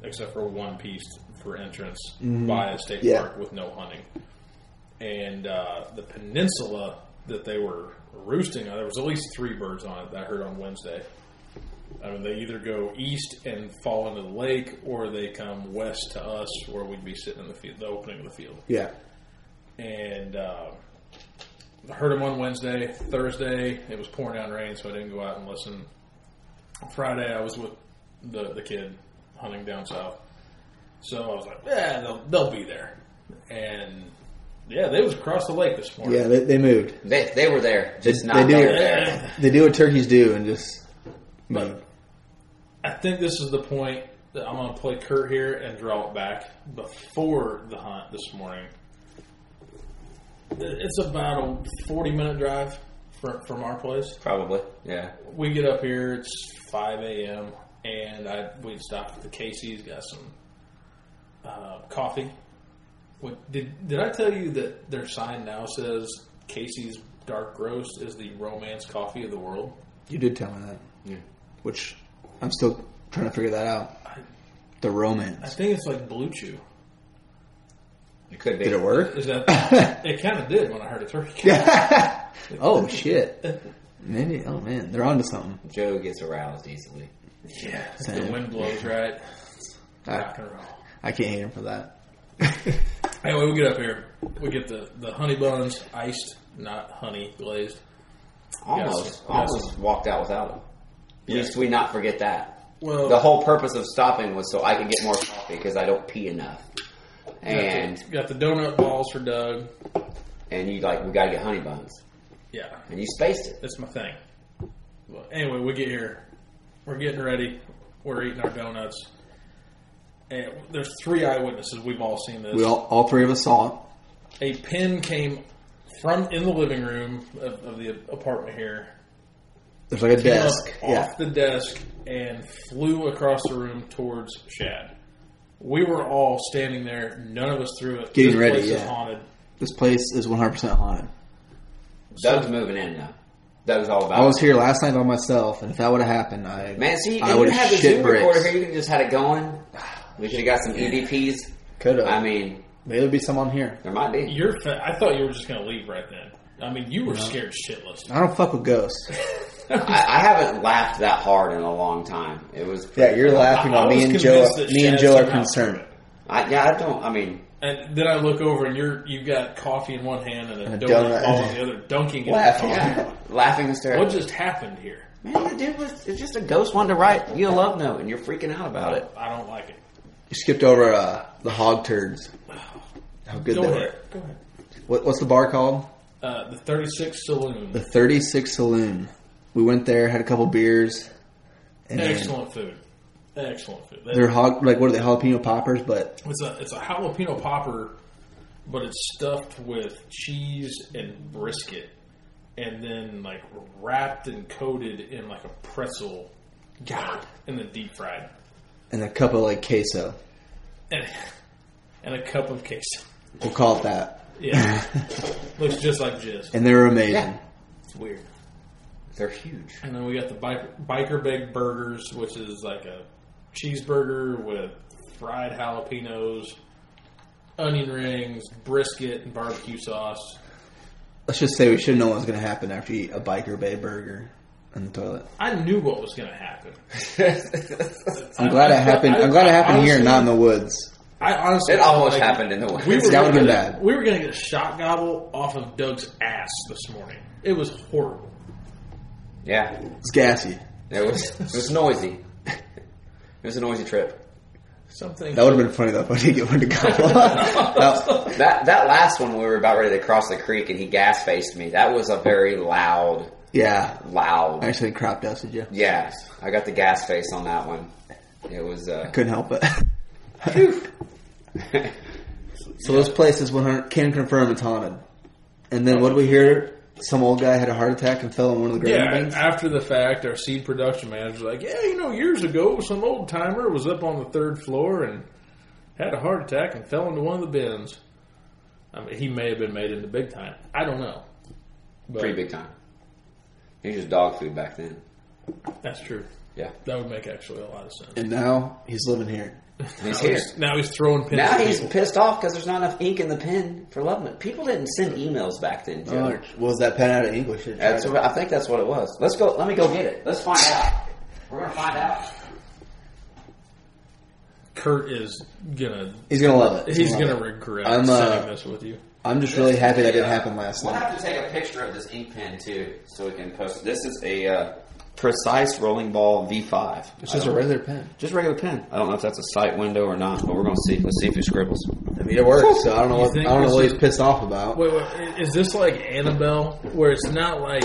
Speaker 4: except for one piece for entrance by a state
Speaker 6: Yeah.
Speaker 4: park with no hunting. And uh, the peninsula that they were roosting on, there was at least three birds on it that I heard on Wednesday. I mean, they either go east and fall into the lake, or they come west to us, where we'd be sitting in the field, the opening of the field.
Speaker 6: yeah.
Speaker 4: And uh, I heard them on Wednesday, Thursday. It was pouring down rain, so I didn't go out and listen. Friday, I was with the the kid hunting down south, so I was like, yeah, they'll they'll be there. And yeah, they was across the lake this morning.
Speaker 6: Yeah, they, they moved.
Speaker 5: They, they were there, just
Speaker 6: They
Speaker 5: not
Speaker 6: do.
Speaker 5: they were there.
Speaker 6: They do what turkeys do and just move.
Speaker 4: I think this is the point that I'm going to play Kurt here and draw it back before the hunt this morning. It's about a 40 minute drive from, from our place.
Speaker 5: Probably, yeah.
Speaker 4: We get up here, it's 5 a.m., and I we stopped at the Casey's, got some uh, coffee. What, did, did I tell you that their sign now says Casey's Dark Roast is the romance coffee of the world?
Speaker 6: You did tell me that. Yeah. Which I'm still trying to figure that out. The
Speaker 4: I
Speaker 6: romance.
Speaker 4: think it's like Blue Chew.
Speaker 5: It could be.
Speaker 6: Did it work?
Speaker 4: Is that it? Kind of did when I heard a turkey. Yeah.
Speaker 6: Oh shit. Maybe. Oh man, they're onto something.
Speaker 5: Joe gets aroused easily.
Speaker 4: Yeah,
Speaker 6: Same.
Speaker 4: the wind blows right. Rock
Speaker 6: I,
Speaker 4: and roll.
Speaker 6: I can't hate him for that.
Speaker 4: Anyway, we get up here. We get the, the honey buns, iced, not honey glazed.
Speaker 5: Almost,
Speaker 4: Yes.
Speaker 5: almost walked out without him. Least we not forget that.
Speaker 6: Oh.
Speaker 4: Well,
Speaker 5: The whole purpose of stopping was so I could get more coffee because I don't pee enough.
Speaker 4: got the-
Speaker 5: And
Speaker 4: got the donut balls for Doug.
Speaker 5: and you like we gotta get honey buns.
Speaker 4: Yeah,
Speaker 5: and you spaced it.
Speaker 4: that's my thing. But anyway, we get here. We're getting ready. We're eating our donuts. And there's three eyewitnesses. We've all seen this.
Speaker 6: We all, all three of us saw it.
Speaker 4: a pin came from in the living room of, of the apartment here.
Speaker 6: There's like a
Speaker 4: came up
Speaker 6: desk.
Speaker 4: off
Speaker 6: Yeah.
Speaker 4: the desk and flew across the room towards Shad. We were all standing there. None of us threw it.
Speaker 6: Getting
Speaker 4: This
Speaker 6: ready,
Speaker 4: place is
Speaker 6: yeah.
Speaker 4: haunted.
Speaker 6: This place is 100% haunted.
Speaker 5: Doug's moving in now. Doug's all about.
Speaker 6: I was
Speaker 5: it.
Speaker 6: here last night by myself, and if that would have happened, I
Speaker 5: Man, see,
Speaker 6: I
Speaker 5: if you
Speaker 6: would
Speaker 5: had
Speaker 6: have
Speaker 5: the
Speaker 6: shit
Speaker 5: Zoom recorder
Speaker 6: bricks.
Speaker 5: here, you could have just had it going. We could have got some EVPs.
Speaker 6: Could have.
Speaker 5: I mean,
Speaker 6: Maybe there'd be someone here.
Speaker 5: there might be.
Speaker 4: You're. Fa- I thought you were just gonna leave right then. I mean, you were scared shitless.
Speaker 6: I don't fuck with ghosts.
Speaker 5: I, I haven't laughed that hard in a long time. It was.
Speaker 6: Yeah, you're laughing
Speaker 4: I- I
Speaker 6: while me
Speaker 4: was
Speaker 6: and Joe.
Speaker 4: convinced that
Speaker 6: Me
Speaker 4: Shad
Speaker 6: and Joe are
Speaker 4: somehow-
Speaker 6: concerned.
Speaker 5: I, yeah, I don't. I mean,
Speaker 4: And then I look over, and you're you've got coffee in one hand and a,
Speaker 6: And a
Speaker 4: donut
Speaker 6: donut.
Speaker 4: ball in the other, dunking. in the
Speaker 6: Laughing.
Speaker 4: coffee.
Speaker 5: yeah, laughing and staring.
Speaker 4: What just happened here?
Speaker 5: Man, the dude was it's just a ghost wanted to write you a love note, and you're freaking out about it.
Speaker 4: I don't like it.
Speaker 6: You skipped over uh, the hog turds. How good
Speaker 4: Go
Speaker 6: they
Speaker 4: ahead. Go
Speaker 6: were.
Speaker 4: ahead.
Speaker 6: What, what's the bar called?
Speaker 4: Uh, the 36 Saloon.
Speaker 6: The 36 Saloon. We went there, had a couple beers, and then
Speaker 4: Excellent food. Excellent food. That-
Speaker 6: they're hog like what are they jalapeno poppers? But
Speaker 4: it's a it's a jalapeno popper, but it's stuffed with cheese and brisket, and then like wrapped and coated in like a pretzel. God. And then deep fried,
Speaker 6: and a cup of like queso.
Speaker 4: and and a cup of queso.
Speaker 6: We'll call it that.
Speaker 4: Yeah, looks just like jizz.
Speaker 6: And they were amazing.
Speaker 4: It's weird.
Speaker 5: They're huge.
Speaker 4: And then we got the biker, biker bag burgers, which is like a cheeseburger with fried jalapenos, onion rings, brisket, and barbecue sauce.
Speaker 6: Let's just say we should know what's going to happen after you eat a Biker Bay burger in the toilet.
Speaker 4: I knew what was going to happen.
Speaker 6: I'm glad it happened. I'm glad it happened here, not in the woods.
Speaker 4: I honestly,
Speaker 5: It almost
Speaker 4: like,
Speaker 5: happened in the woods.
Speaker 4: We were
Speaker 6: That would've been
Speaker 4: gonna-
Speaker 6: bad.
Speaker 4: We were going to get a shot gobble off of Doug's ass this morning. It was horrible.
Speaker 5: Yeah,
Speaker 6: It's gassy.
Speaker 5: it was it was noisy. It was a noisy trip.
Speaker 4: Something
Speaker 6: That would have been funny though if I did get one to gobble. That-
Speaker 5: That that last one when we were about ready to cross the creek and he gas faced me. That was a very loud,
Speaker 6: yeah, I
Speaker 5: loud.
Speaker 6: actually crop dusted you.
Speaker 5: Yeah, I got the gas face on that one. It was uh,
Speaker 6: Couldn't help it. so this place is 100 can confirm it's haunted. And then what do we hear? Some old guy had a heart attack and fell in one of the grain
Speaker 4: Yeah,
Speaker 6: bins.
Speaker 4: after the fact, our seed production manager was like, yeah, you know, years ago, some old timer was up on the third floor and had a heart attack and fell into one of the bins. I mean, he may have been made into big time. I don't know. But
Speaker 5: pretty big time. He was just dog food back then.
Speaker 4: That's true.
Speaker 5: Yeah,
Speaker 4: That would make actually a lot of sense.
Speaker 6: And now he's living here.
Speaker 5: he's
Speaker 4: Now
Speaker 5: here.
Speaker 4: he's, now he's throwing pins.
Speaker 5: Now
Speaker 4: at
Speaker 5: he's
Speaker 4: Oh, people.
Speaker 5: pissed off because there's not enough ink in the pen for Love Note. People didn't send emails back then. Joe.
Speaker 6: Oh, was that pen out of English?
Speaker 5: That's what, I think that's what it was. Let's go. Let me go get it. Let's find out. We're gonna find out.
Speaker 4: Kurt is gonna.
Speaker 6: he's gonna love it.
Speaker 4: He's
Speaker 6: love
Speaker 4: gonna
Speaker 6: it.
Speaker 4: regret
Speaker 6: I'm, uh,
Speaker 4: sending this with you.
Speaker 6: I'm just really happy that didn't happen last
Speaker 5: We'll
Speaker 6: night.
Speaker 5: have to take a picture of this ink pen too, so we can post. This is a uh, precise rolling ball V5.
Speaker 6: It's just a regular pen.
Speaker 5: Just regular pen. I don't know if that's a sight window or not, but we're gonna see. Let's see if he scribbles.
Speaker 6: I mean, it works. So I don't know. What, I
Speaker 4: think
Speaker 6: don't know
Speaker 4: this
Speaker 6: what
Speaker 4: is-
Speaker 6: he's pissed off about.
Speaker 4: Wait, wait, i- is this like Annabelle, where it's not like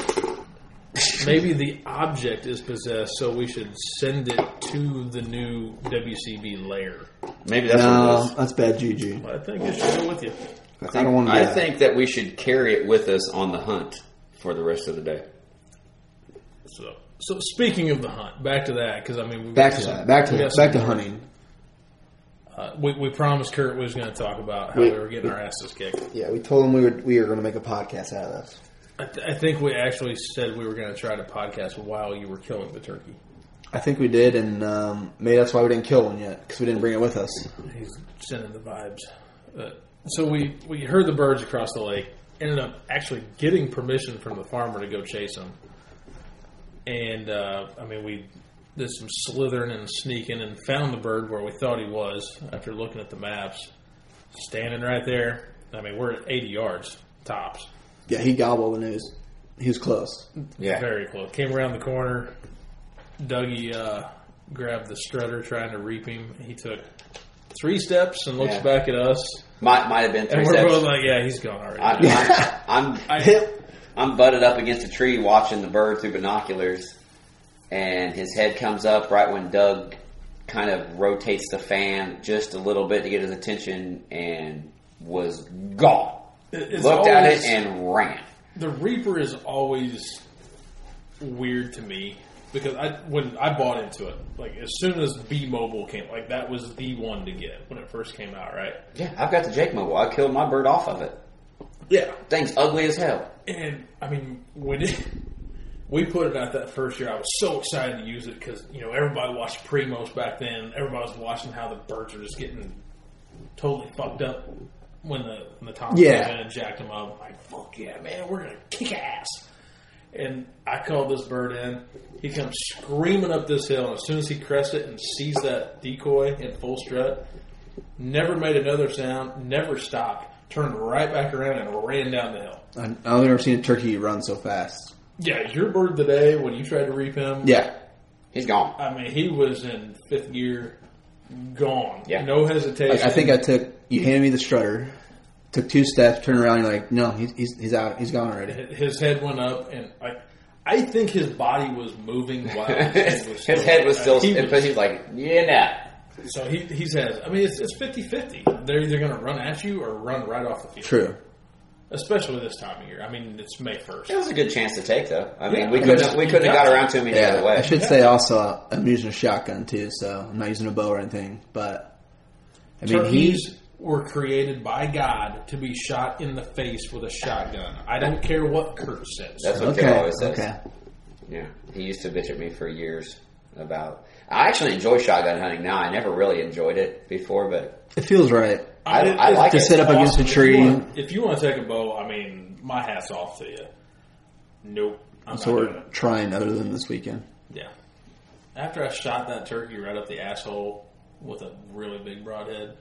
Speaker 4: maybe the object is possessed, so we should send it to the new WCB layer?
Speaker 5: Maybe that's what it
Speaker 6: no,
Speaker 5: was.
Speaker 6: that's bad juju.
Speaker 4: I think it should go with you.
Speaker 6: I, don't want to.
Speaker 5: I think that we should carry it with us on the hunt for the rest of the day.
Speaker 4: So, so speaking of the hunt, back to that because I mean, we
Speaker 6: back to that. Back to
Speaker 4: we got
Speaker 6: back to
Speaker 4: some-
Speaker 6: hunting.
Speaker 4: Uh, we, we promised Kurt we was going to talk about how we,
Speaker 6: We-
Speaker 4: were getting our asses kicked.
Speaker 6: Yeah, we told him we were we were going to make a podcast out of this.
Speaker 4: I, th- I think we actually said we were going to try to podcast while you were killing the turkey.
Speaker 6: I think we did, and um, maybe that's why we didn't kill one yet because we didn't bring it with us.
Speaker 4: He's sending the vibes. Uh, so we, we heard the birds across the lake. Ended up actually getting permission from the farmer to go chase them. And uh, I mean, we did some slithering and sneaking and found the bird where we thought he was after looking at the maps. Standing right there. I mean, we're at 80 yards tops.
Speaker 6: Yeah, he gobbled when he was he was close.
Speaker 5: Yeah.
Speaker 4: Very close. Came around the corner. Dougie uh, grabbed the strutter trying to reap him. He took three steps and looks
Speaker 5: Yeah.
Speaker 4: back at us.
Speaker 5: Might might have been three
Speaker 4: And we're
Speaker 5: steps.
Speaker 4: both like, yeah, he's gone already.
Speaker 5: I, I'm, I'm,
Speaker 4: I-
Speaker 5: I'm butted up against a tree watching the bird through binoculars, and his head comes up right when Doug kind of rotates the fan just a little bit to get his attention, and was gone.
Speaker 4: It- it's
Speaker 5: Looked at it
Speaker 4: always-
Speaker 5: and ran.
Speaker 4: the Reaper is always weird to me because I when I bought into it, like as soon as B Mobile came, like that was the one to get when it first came out, right?
Speaker 5: Yeah, I've got the Jake mobile. I killed my bird off of it.
Speaker 4: Yeah,
Speaker 5: Thing's ugly as hell.
Speaker 4: and I mean when it, we put it out that first year, I was so excited to use it because you know everybody watched Primos back then. Everybody was watching how the birds are just getting totally fucked up when the when the Tom
Speaker 6: Yeah.
Speaker 4: came in and jacked them up. I'm like fuck yeah, man, we're gonna kick ass. And I called this bird in. He comes screaming up this hill, and as soon as he crests it and sees that decoy in full strut, never made another sound, never stopped, turned right back around and ran down the hill.
Speaker 6: I- I've never seen a turkey run so fast.
Speaker 4: Yeah, your bird today when you tried to reap him.
Speaker 6: Yeah.
Speaker 5: He's gone.
Speaker 4: I mean, he was in fifth gear, gone.
Speaker 5: Yeah.
Speaker 4: No hesitation.
Speaker 6: Like, I think I took, you handed me the strutter, took two steps, turned around, you're like, no, he's, he's, he's out. He's gone already.
Speaker 4: his head went up, and I, I think his body was moving while his,
Speaker 5: his,
Speaker 4: head was
Speaker 5: his head was still.
Speaker 4: He
Speaker 5: but
Speaker 4: was-
Speaker 5: he's like, yeah, nah.
Speaker 4: so he he says, I mean, it's it's fifty fifty. They're either going to run at you or run right off the field.
Speaker 6: True.
Speaker 4: Especially this time of year. I mean, it's May first.
Speaker 5: It was a good chance to take, though. I mean,
Speaker 4: Yeah.
Speaker 5: we couldn't have, we couldn't have got around to him any
Speaker 6: Yeah,
Speaker 5: other way.
Speaker 6: I should say also I'm using a shotgun too, so I'm not using a bow or anything. But I mean, he's
Speaker 4: Turkeys were created by God to be shot in the face with a shotgun. I don't care what Kurt says.
Speaker 5: That's what Kid
Speaker 6: okay.
Speaker 5: always says.
Speaker 6: Okay,
Speaker 5: Yeah, he used to bitch at me for years about. I actually enjoy shotgun hunting now. I never really enjoyed it before, but
Speaker 6: it feels right.
Speaker 5: I-
Speaker 4: mean,
Speaker 5: I
Speaker 4: it's
Speaker 5: like
Speaker 4: just
Speaker 5: it. To sit
Speaker 6: up against a
Speaker 4: If you
Speaker 6: tree.
Speaker 4: wanna- If you want to take a bow, I mean, my hat's off to you. Nope, I'm
Speaker 6: So
Speaker 4: not
Speaker 6: we're
Speaker 4: doing it.
Speaker 6: trying other than this weekend.
Speaker 4: Yeah. After I shot that turkey right up the asshole with a really big broadhead,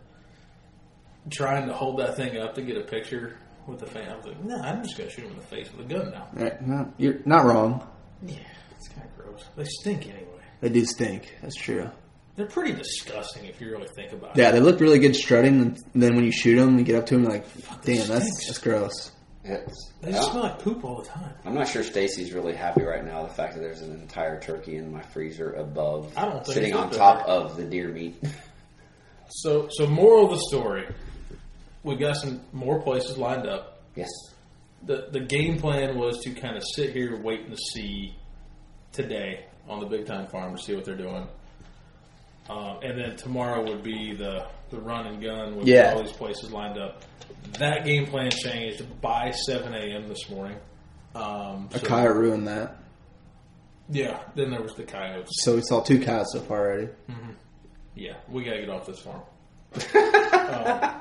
Speaker 4: trying to hold that thing up to get a picture with the fan, I was like, nah, I'm just gonna shoot him in the face with a gun now.
Speaker 6: All right, no, you're not wrong.
Speaker 4: Yeah, it's kind of gross. They stink anyway.
Speaker 6: They do stink. That's true.
Speaker 4: They're pretty disgusting if you really think about it.
Speaker 6: Yeah, they look really good strutting, and then when you shoot them, you get up to them, you're like, damn, that's that's gross.
Speaker 5: it's-
Speaker 4: They just
Speaker 5: I-
Speaker 4: smell like poop all the time.
Speaker 5: I'm not sure Stacy's really happy right now. The fact that there's an entire turkey in my freezer above,
Speaker 4: I don't think
Speaker 5: sitting
Speaker 4: it's
Speaker 5: on
Speaker 4: up
Speaker 5: top
Speaker 4: there.
Speaker 5: of the deer meat.
Speaker 4: So, so moral of the story, we've got some more places lined up.
Speaker 5: yes,
Speaker 4: the the game plan was to kind of sit here waiting to see today on the big time farm to see what they're doing. Um, and then tomorrow would be the, the run and gun with
Speaker 6: Yeah.
Speaker 4: all these places lined up. That game plan changed by 7 a.m. this morning. Um, so-
Speaker 6: A coyote ruined that.
Speaker 4: Yeah, then there was the coyotes.
Speaker 6: So we saw two coyotes so far already.
Speaker 4: Hmm. Yeah, we got to get off this farm. um,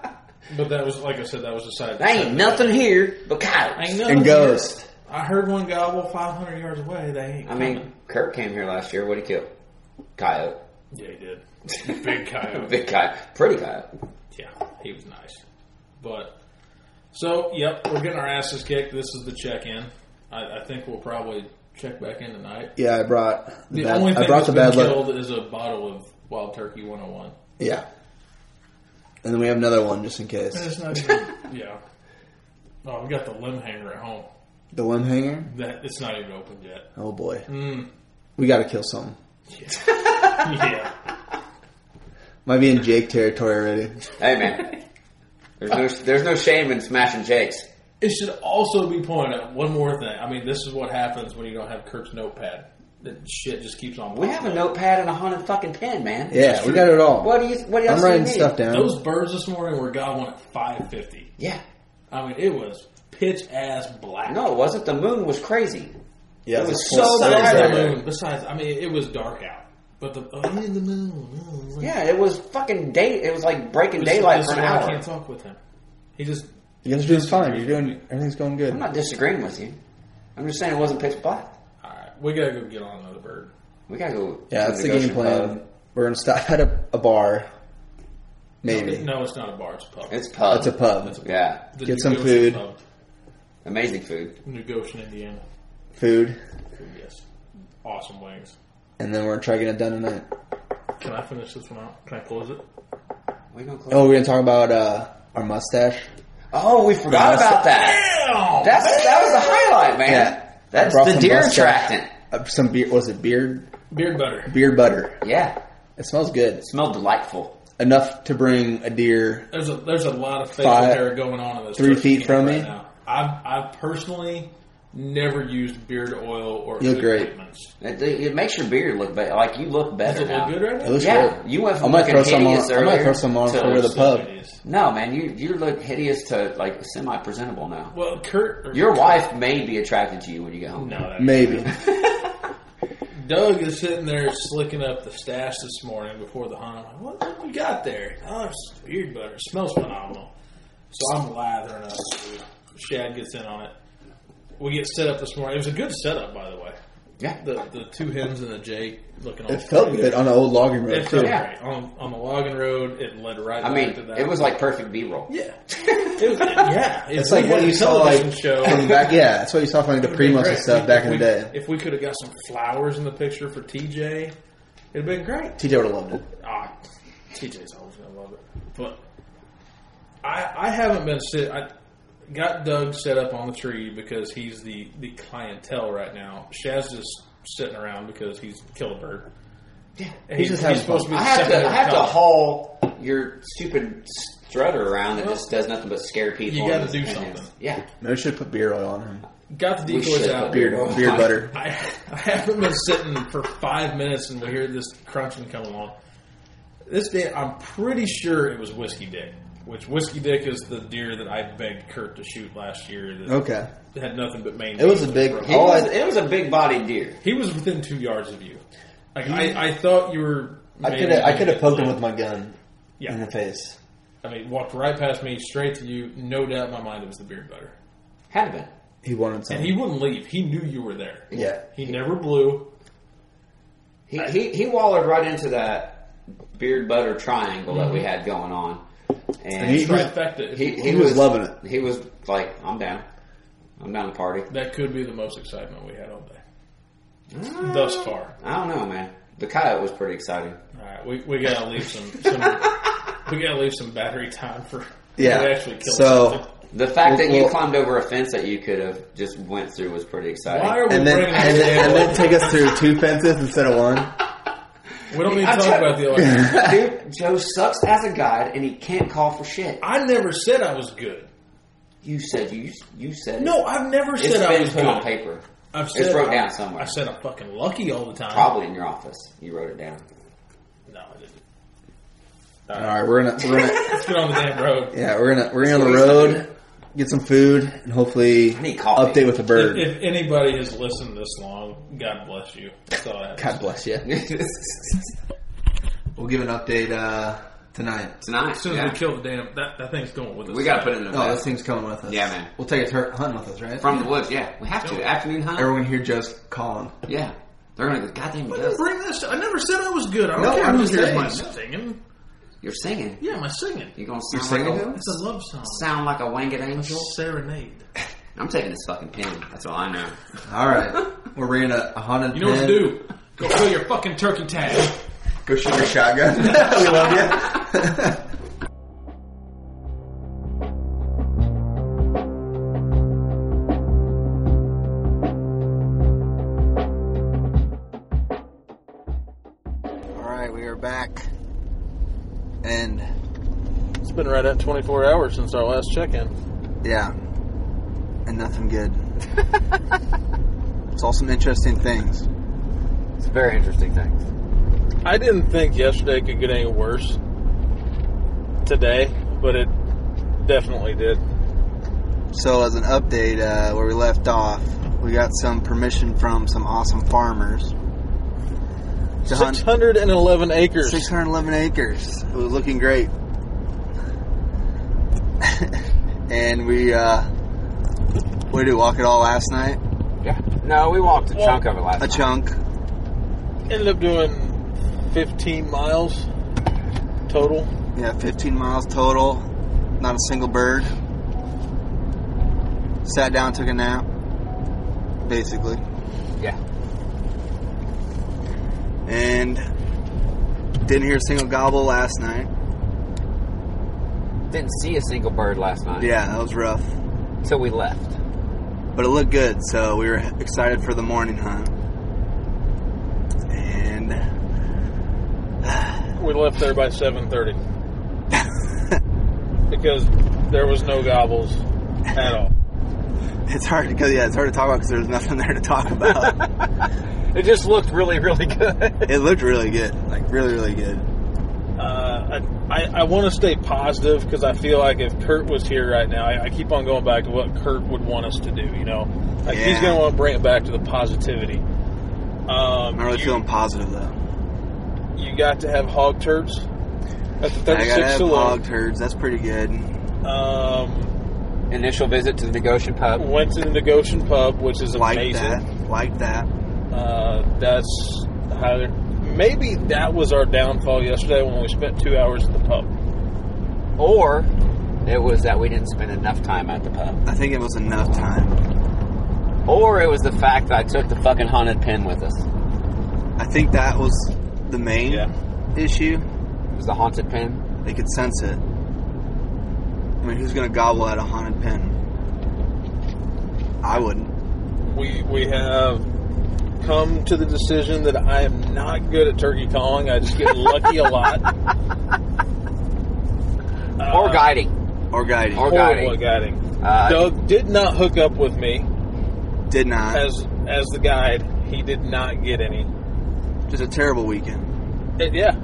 Speaker 4: but that was, like I said, that was decided.
Speaker 5: there ain't nothing here but coyotes.
Speaker 4: Ain't nothing.
Speaker 6: And ghost.
Speaker 4: I heard one gobble 500 yards away. They ain't
Speaker 5: I mean,
Speaker 4: coming.
Speaker 5: Kirk came here last year. What'd he kill? Coyote.
Speaker 4: Yeah, he did. Big coyote.
Speaker 5: Big coyote. Pretty coyote.
Speaker 4: Yeah, he was nice. But so, yep, we're getting our asses kicked. This is the check-in. I, I think we'll probably check back in tonight.
Speaker 6: Yeah, I brought
Speaker 4: The
Speaker 6: the, bad,
Speaker 4: only thing
Speaker 6: I brought the
Speaker 4: that's
Speaker 6: bad
Speaker 4: been
Speaker 6: luck.
Speaker 4: killed is a bottle of Wild Turkey 101.
Speaker 6: Yeah, and then we have another one just in case.
Speaker 4: It's not even. yeah. Oh, we got the limb hanger at home.
Speaker 6: The one hanger.
Speaker 4: That it's not even opened yet.
Speaker 6: Oh boy. We got to kill something.
Speaker 4: Yeah.
Speaker 6: Might be in Jake territory already.
Speaker 5: Hey man, there's no there's no shame in smashing Jake's.
Speaker 4: It should also be pointed out one more thing. I mean, this is what happens when you don't have Kurt's notepad. That shit just keeps on.
Speaker 5: We have a
Speaker 4: popping up.
Speaker 5: notepad and a haunted fucking pen, man.
Speaker 6: Yeah, we got it all.
Speaker 5: What do you? What else
Speaker 6: I'm
Speaker 5: do you
Speaker 6: writing
Speaker 5: need?
Speaker 6: stuff down.
Speaker 4: Those birds this morning were gobbling at five fifty.
Speaker 5: Yeah.
Speaker 4: I mean, it was pitch ass black.
Speaker 5: No, it wasn't. The moon was crazy.
Speaker 6: yeah,
Speaker 5: it was
Speaker 6: full
Speaker 5: so
Speaker 6: set.
Speaker 5: bad.
Speaker 4: besides the
Speaker 5: Saturday.
Speaker 4: moon. Besides, I mean, it was dark out. But the oh, yeah, the moon. Yeah,
Speaker 5: Yeah, it was fucking day. It was like breaking
Speaker 4: This is-
Speaker 5: daylight
Speaker 4: this
Speaker 5: for
Speaker 4: is
Speaker 5: an
Speaker 4: why I
Speaker 5: hour.
Speaker 4: can't talk with him. He just
Speaker 6: You guys are doing fine. You're doing everything's going
Speaker 5: I'm
Speaker 6: good.
Speaker 5: not disagreeing with you. I'm just saying it wasn't pitch black.
Speaker 4: all right. We gotta go get on another bird.
Speaker 5: We gotta go.
Speaker 6: Yeah,
Speaker 5: to
Speaker 6: that's the
Speaker 5: Goshen
Speaker 6: game plan.
Speaker 5: Pub.
Speaker 6: We're gonna stop at a, a bar, maybe.
Speaker 4: No, it's not a bar. It's a pub.
Speaker 5: It's pub.
Speaker 6: It's a pub.
Speaker 5: Yeah,
Speaker 4: The
Speaker 6: get
Speaker 4: New
Speaker 6: some
Speaker 4: Goshen
Speaker 6: food.
Speaker 4: Pub,
Speaker 5: amazing food.
Speaker 4: New Goshen, Indiana.
Speaker 6: Food,
Speaker 4: Yes, awesome wings.
Speaker 6: and then we're gonna try to get it done tonight.
Speaker 4: Can I finish this one out? Can I close it?
Speaker 5: We gonna close.
Speaker 6: Oh, we're gonna talk about uh, our mustache.
Speaker 5: Oh, we forgot
Speaker 6: That's-
Speaker 5: about that. That's that was the highlight, man.
Speaker 6: Yeah.
Speaker 5: That's
Speaker 6: Brought
Speaker 5: the
Speaker 6: some
Speaker 5: deer
Speaker 6: mustache.
Speaker 5: attractant.
Speaker 6: Uh, Some beer was it beard
Speaker 4: Beard butter.
Speaker 6: beer butter?
Speaker 5: Yeah,
Speaker 6: It smells good. It's
Speaker 5: smelled delightful.
Speaker 6: enough to bring a deer.
Speaker 4: There's a there's a lot of things
Speaker 6: Five-
Speaker 4: that are going on in this.
Speaker 6: three
Speaker 4: turkey
Speaker 6: feet
Speaker 4: camp
Speaker 6: from
Speaker 4: right
Speaker 6: me?
Speaker 4: Now. I've I've personally never used beard oil or
Speaker 6: You look
Speaker 4: food
Speaker 6: great.
Speaker 4: treatments.
Speaker 5: It, it makes your beard look better. Like you look better
Speaker 4: Does it
Speaker 5: now.
Speaker 4: look good right
Speaker 6: It
Speaker 4: now?
Speaker 6: looks
Speaker 5: Yeah,
Speaker 6: good.
Speaker 5: you went
Speaker 6: I
Speaker 5: from
Speaker 6: might
Speaker 5: looking
Speaker 6: throw some on.
Speaker 5: hideous
Speaker 6: I
Speaker 5: earlier.
Speaker 6: might throw some on
Speaker 5: to-
Speaker 6: for the pub.
Speaker 4: It is.
Speaker 5: No, man, you you look hideous to like semi presentable now.
Speaker 4: Well, Kurt, or
Speaker 5: Your wife may be attracted to you when you get home.
Speaker 4: No, that-
Speaker 6: Maybe.
Speaker 4: Doug is sitting there slicking up the stash this morning before the hunt. I'm like, what, what we got there? Oh, it's beard butter. It smells phenomenal. So I'm lathering up. dude. Shad gets in on it. We get set up this morning. It was a good setup, by the way.
Speaker 5: Yeah.
Speaker 4: The the two hens and the Jake looking. all
Speaker 6: It felt
Speaker 4: pretty.
Speaker 6: good on the old logging road
Speaker 4: It
Speaker 6: too.
Speaker 4: felt
Speaker 5: Yeah.
Speaker 4: great. On, on the logging road, it led right.
Speaker 5: I
Speaker 4: back
Speaker 5: mean,
Speaker 4: to that.
Speaker 5: it was like perfect B roll.
Speaker 4: yeah, it was, yeah.
Speaker 6: It's like what you saw like
Speaker 4: show.
Speaker 6: from back. Yeah, that's what you saw from the primos
Speaker 4: Great.
Speaker 6: and stuff back in the
Speaker 4: If
Speaker 6: day.
Speaker 4: we- If we could have got some flowers in the picture for TJ, it'd been great.
Speaker 6: TJ would have loved it.
Speaker 4: Ah, TJ's always gonna love it. But I I haven't been sit. I got Doug set up on the tree because he's the the clientele right now. Shaz just sitting around because he's killed a bird. Yeah, he's,
Speaker 6: just
Speaker 4: he's
Speaker 6: having
Speaker 4: supposed to be.
Speaker 5: I
Speaker 4: the
Speaker 5: have to
Speaker 4: secondary
Speaker 5: I have to
Speaker 4: color.
Speaker 5: haul your stupid strutter around that just does nothing but scare people.
Speaker 4: you gotta
Speaker 5: and-
Speaker 4: do
Speaker 5: and-
Speaker 4: something.
Speaker 5: Yeah,
Speaker 6: Maybe we should put beer oil on him.
Speaker 4: Got the
Speaker 5: we
Speaker 4: decoys
Speaker 5: should
Speaker 4: out.
Speaker 5: put
Speaker 6: Beard,
Speaker 5: oil
Speaker 6: beer
Speaker 5: on.
Speaker 6: butter.
Speaker 4: I, I haven't been sitting for five minutes and we hear this crunching come along. This day, I'm pretty sure it was Whiskey Dick, which Whiskey Dick is the deer that I begged Kurt to shoot last year that
Speaker 6: Okay.
Speaker 4: had nothing but main.
Speaker 6: It was
Speaker 4: game.
Speaker 6: a big.
Speaker 5: It was, it was a big bodied deer.
Speaker 4: He was within two yards of you. Like, I, I thought you were.
Speaker 6: I
Speaker 4: maybe
Speaker 6: could have I could have
Speaker 4: gonna
Speaker 6: poked
Speaker 4: get
Speaker 6: him with my gun
Speaker 4: Yeah.
Speaker 6: in the face.
Speaker 4: I mean, walked right past me, straight to you. No doubt in my mind it was the beard butter.
Speaker 5: Had been.
Speaker 6: He wanted something.
Speaker 4: And he wouldn't leave. He knew you were there.
Speaker 6: yeah.
Speaker 4: He never blew.
Speaker 5: He, he he wallered right into that beard butter triangle that
Speaker 4: Mm-hmm.
Speaker 5: we had going on, and
Speaker 6: He-
Speaker 4: Trifecta. if you
Speaker 5: he, he
Speaker 6: he was loving it.
Speaker 5: He was like, "I'm down, I'm down to party."
Speaker 4: will. That could be the most excitement we had all day.
Speaker 5: Mm.
Speaker 4: Thus far.
Speaker 5: I don't know, man. The coyote was pretty exciting.
Speaker 4: All right, we, we gotta leave some, some we gotta leave some battery time for
Speaker 6: Yeah.
Speaker 4: to actually kill
Speaker 6: So-
Speaker 4: something.
Speaker 5: The fact that you
Speaker 6: Well-
Speaker 5: climbed over a fence that you could have just went through was pretty exciting.
Speaker 4: Why are we
Speaker 6: And then
Speaker 4: bringing
Speaker 6: and then, and then take us through two fences instead of one.
Speaker 4: We don't need to
Speaker 5: I'm
Speaker 4: talk
Speaker 5: trying-
Speaker 4: about the audience.
Speaker 5: Dude, Joe sucks as a guide, and he can't call for shit.
Speaker 4: I never said I was good.
Speaker 5: You said you you said
Speaker 4: No, I've never
Speaker 5: It's
Speaker 4: said I
Speaker 5: been
Speaker 4: was
Speaker 5: put on
Speaker 4: good.
Speaker 5: paper.
Speaker 4: I've
Speaker 5: It's
Speaker 4: said
Speaker 5: wrote
Speaker 4: I-
Speaker 5: down somewhere.
Speaker 4: I said I'm fucking lucky all the time.
Speaker 5: Probably in your office. You wrote it down.
Speaker 4: No, I didn't.
Speaker 6: All right, we're gonna we're gonna
Speaker 4: Let's get on the damn road.
Speaker 6: yeah we're gonna we're gonna on the road, get some food, and hopefully
Speaker 5: need coffee.
Speaker 6: update with a
Speaker 4: If,
Speaker 6: bird.
Speaker 4: if anybody has listened this long, God bless you. That's all I have.
Speaker 6: God bless you. We'll give an update uh, tonight.
Speaker 5: Tonight,
Speaker 4: As soon as
Speaker 5: yeah.
Speaker 4: we kill the damn, that, that thing's going with us.
Speaker 5: we gotta put it in the
Speaker 6: Oh,
Speaker 5: best.
Speaker 6: this thing's coming with us.
Speaker 5: Yeah, man.
Speaker 6: We'll take it tur- hunting with us, right?
Speaker 5: From the woods, yeah. We have to. Afternoon hunt.
Speaker 6: Everyone here just calling.
Speaker 5: Yeah. They're gonna go, goddamn
Speaker 4: I didn't
Speaker 5: ghost.
Speaker 4: bring this. I never said I was good. I don't
Speaker 6: No,
Speaker 4: care
Speaker 6: I'm
Speaker 4: who
Speaker 6: just
Speaker 4: hears
Speaker 6: saying.
Speaker 4: my singing.
Speaker 5: You're singing.
Speaker 4: Yeah, my singing.
Speaker 5: You're gonna
Speaker 6: You're
Speaker 5: sound
Speaker 6: singing
Speaker 5: like
Speaker 6: to
Speaker 5: a,
Speaker 6: us?
Speaker 4: It's a love song.
Speaker 5: sound like a winged angel.
Speaker 4: Serenade.
Speaker 5: I'm taking this fucking pen. That's all I know.
Speaker 6: All right, we're bringing a, a haunted.
Speaker 4: You know what to
Speaker 6: pen.
Speaker 4: do. Go kill your fucking turkey tag.
Speaker 6: Go shoot your shotgun. we love you.
Speaker 2: All right, we are back, and it's been right at 24 hours since our last check-in. Yeah, and nothing good. Saw some interesting things.
Speaker 5: It's a very interesting thing.
Speaker 7: I didn't think yesterday could get any worse today, but it definitely did.
Speaker 2: So, as an update, uh, where we left off, we got some permission from some awesome farmers to hunt
Speaker 7: 611 acres.
Speaker 2: 611 acres. It was looking great. and we, uh, what did we walk it all last night?
Speaker 5: Yeah. No, we walked a chunk of it last
Speaker 2: A
Speaker 5: night.
Speaker 2: chunk.
Speaker 7: Ended up doing 15 miles total.
Speaker 2: Yeah, 15 miles total. Not a single bird. Sat down, took a nap. Basically.
Speaker 5: Yeah.
Speaker 2: And didn't hear a single gobble last night.
Speaker 5: Didn't see a single bird last night.
Speaker 6: Yeah, that was rough.
Speaker 5: So we left.
Speaker 6: But it looked good, so we were excited for the morning hunt. And
Speaker 4: We left there by 7:30 because there was no gobbles at all.
Speaker 6: it's hard to go, yeah, it's hard to talk about because there's nothing there to talk about.
Speaker 4: It just looked really, really good.
Speaker 6: it looked really good, like really, really good.
Speaker 4: Uh, I, I, I want to stay positive because I feel like if Kurt was here right now, I, I keep on going back to what Kurt would want us to do. You know, like he's
Speaker 6: Yeah.
Speaker 4: going to want to bring it back to the positivity. Um,
Speaker 6: I'm not really
Speaker 4: you,
Speaker 6: feeling positive though.
Speaker 4: you got to have hog turds at the
Speaker 6: I gotta
Speaker 4: 36
Speaker 6: have
Speaker 4: saloon.
Speaker 6: hog turds. That's pretty good.
Speaker 4: Um,
Speaker 5: Initial visit to the Goshen pub.
Speaker 4: went to the Negotian pub, which is
Speaker 6: like
Speaker 4: amazing.
Speaker 6: that, like that.
Speaker 4: Uh, that's how maybe that was our downfall yesterday when we spent two hours at the pub.
Speaker 5: Or it was that we didn't spend enough time at the pub.
Speaker 6: I think it was enough time.
Speaker 5: Or it was the fact that I took the fucking haunted pin with us.
Speaker 6: I think that was the main
Speaker 4: Yeah.
Speaker 6: issue.
Speaker 5: It was the haunted pin.
Speaker 6: They could sense it. I mean, who's gonna gobble at a haunted pen? I wouldn't.
Speaker 4: We we have come to the decision that I am not good at turkey calling. I just get lucky a lot. Uh,
Speaker 5: or guiding.
Speaker 6: Or guiding.
Speaker 5: Or-
Speaker 4: horrible
Speaker 5: guiding.
Speaker 4: at guiding.
Speaker 5: Uh,
Speaker 4: Doug did not hook up with me
Speaker 6: Did not.
Speaker 4: as as the guide. He did not get any.
Speaker 6: Just a terrible weekend.
Speaker 4: It- yeah,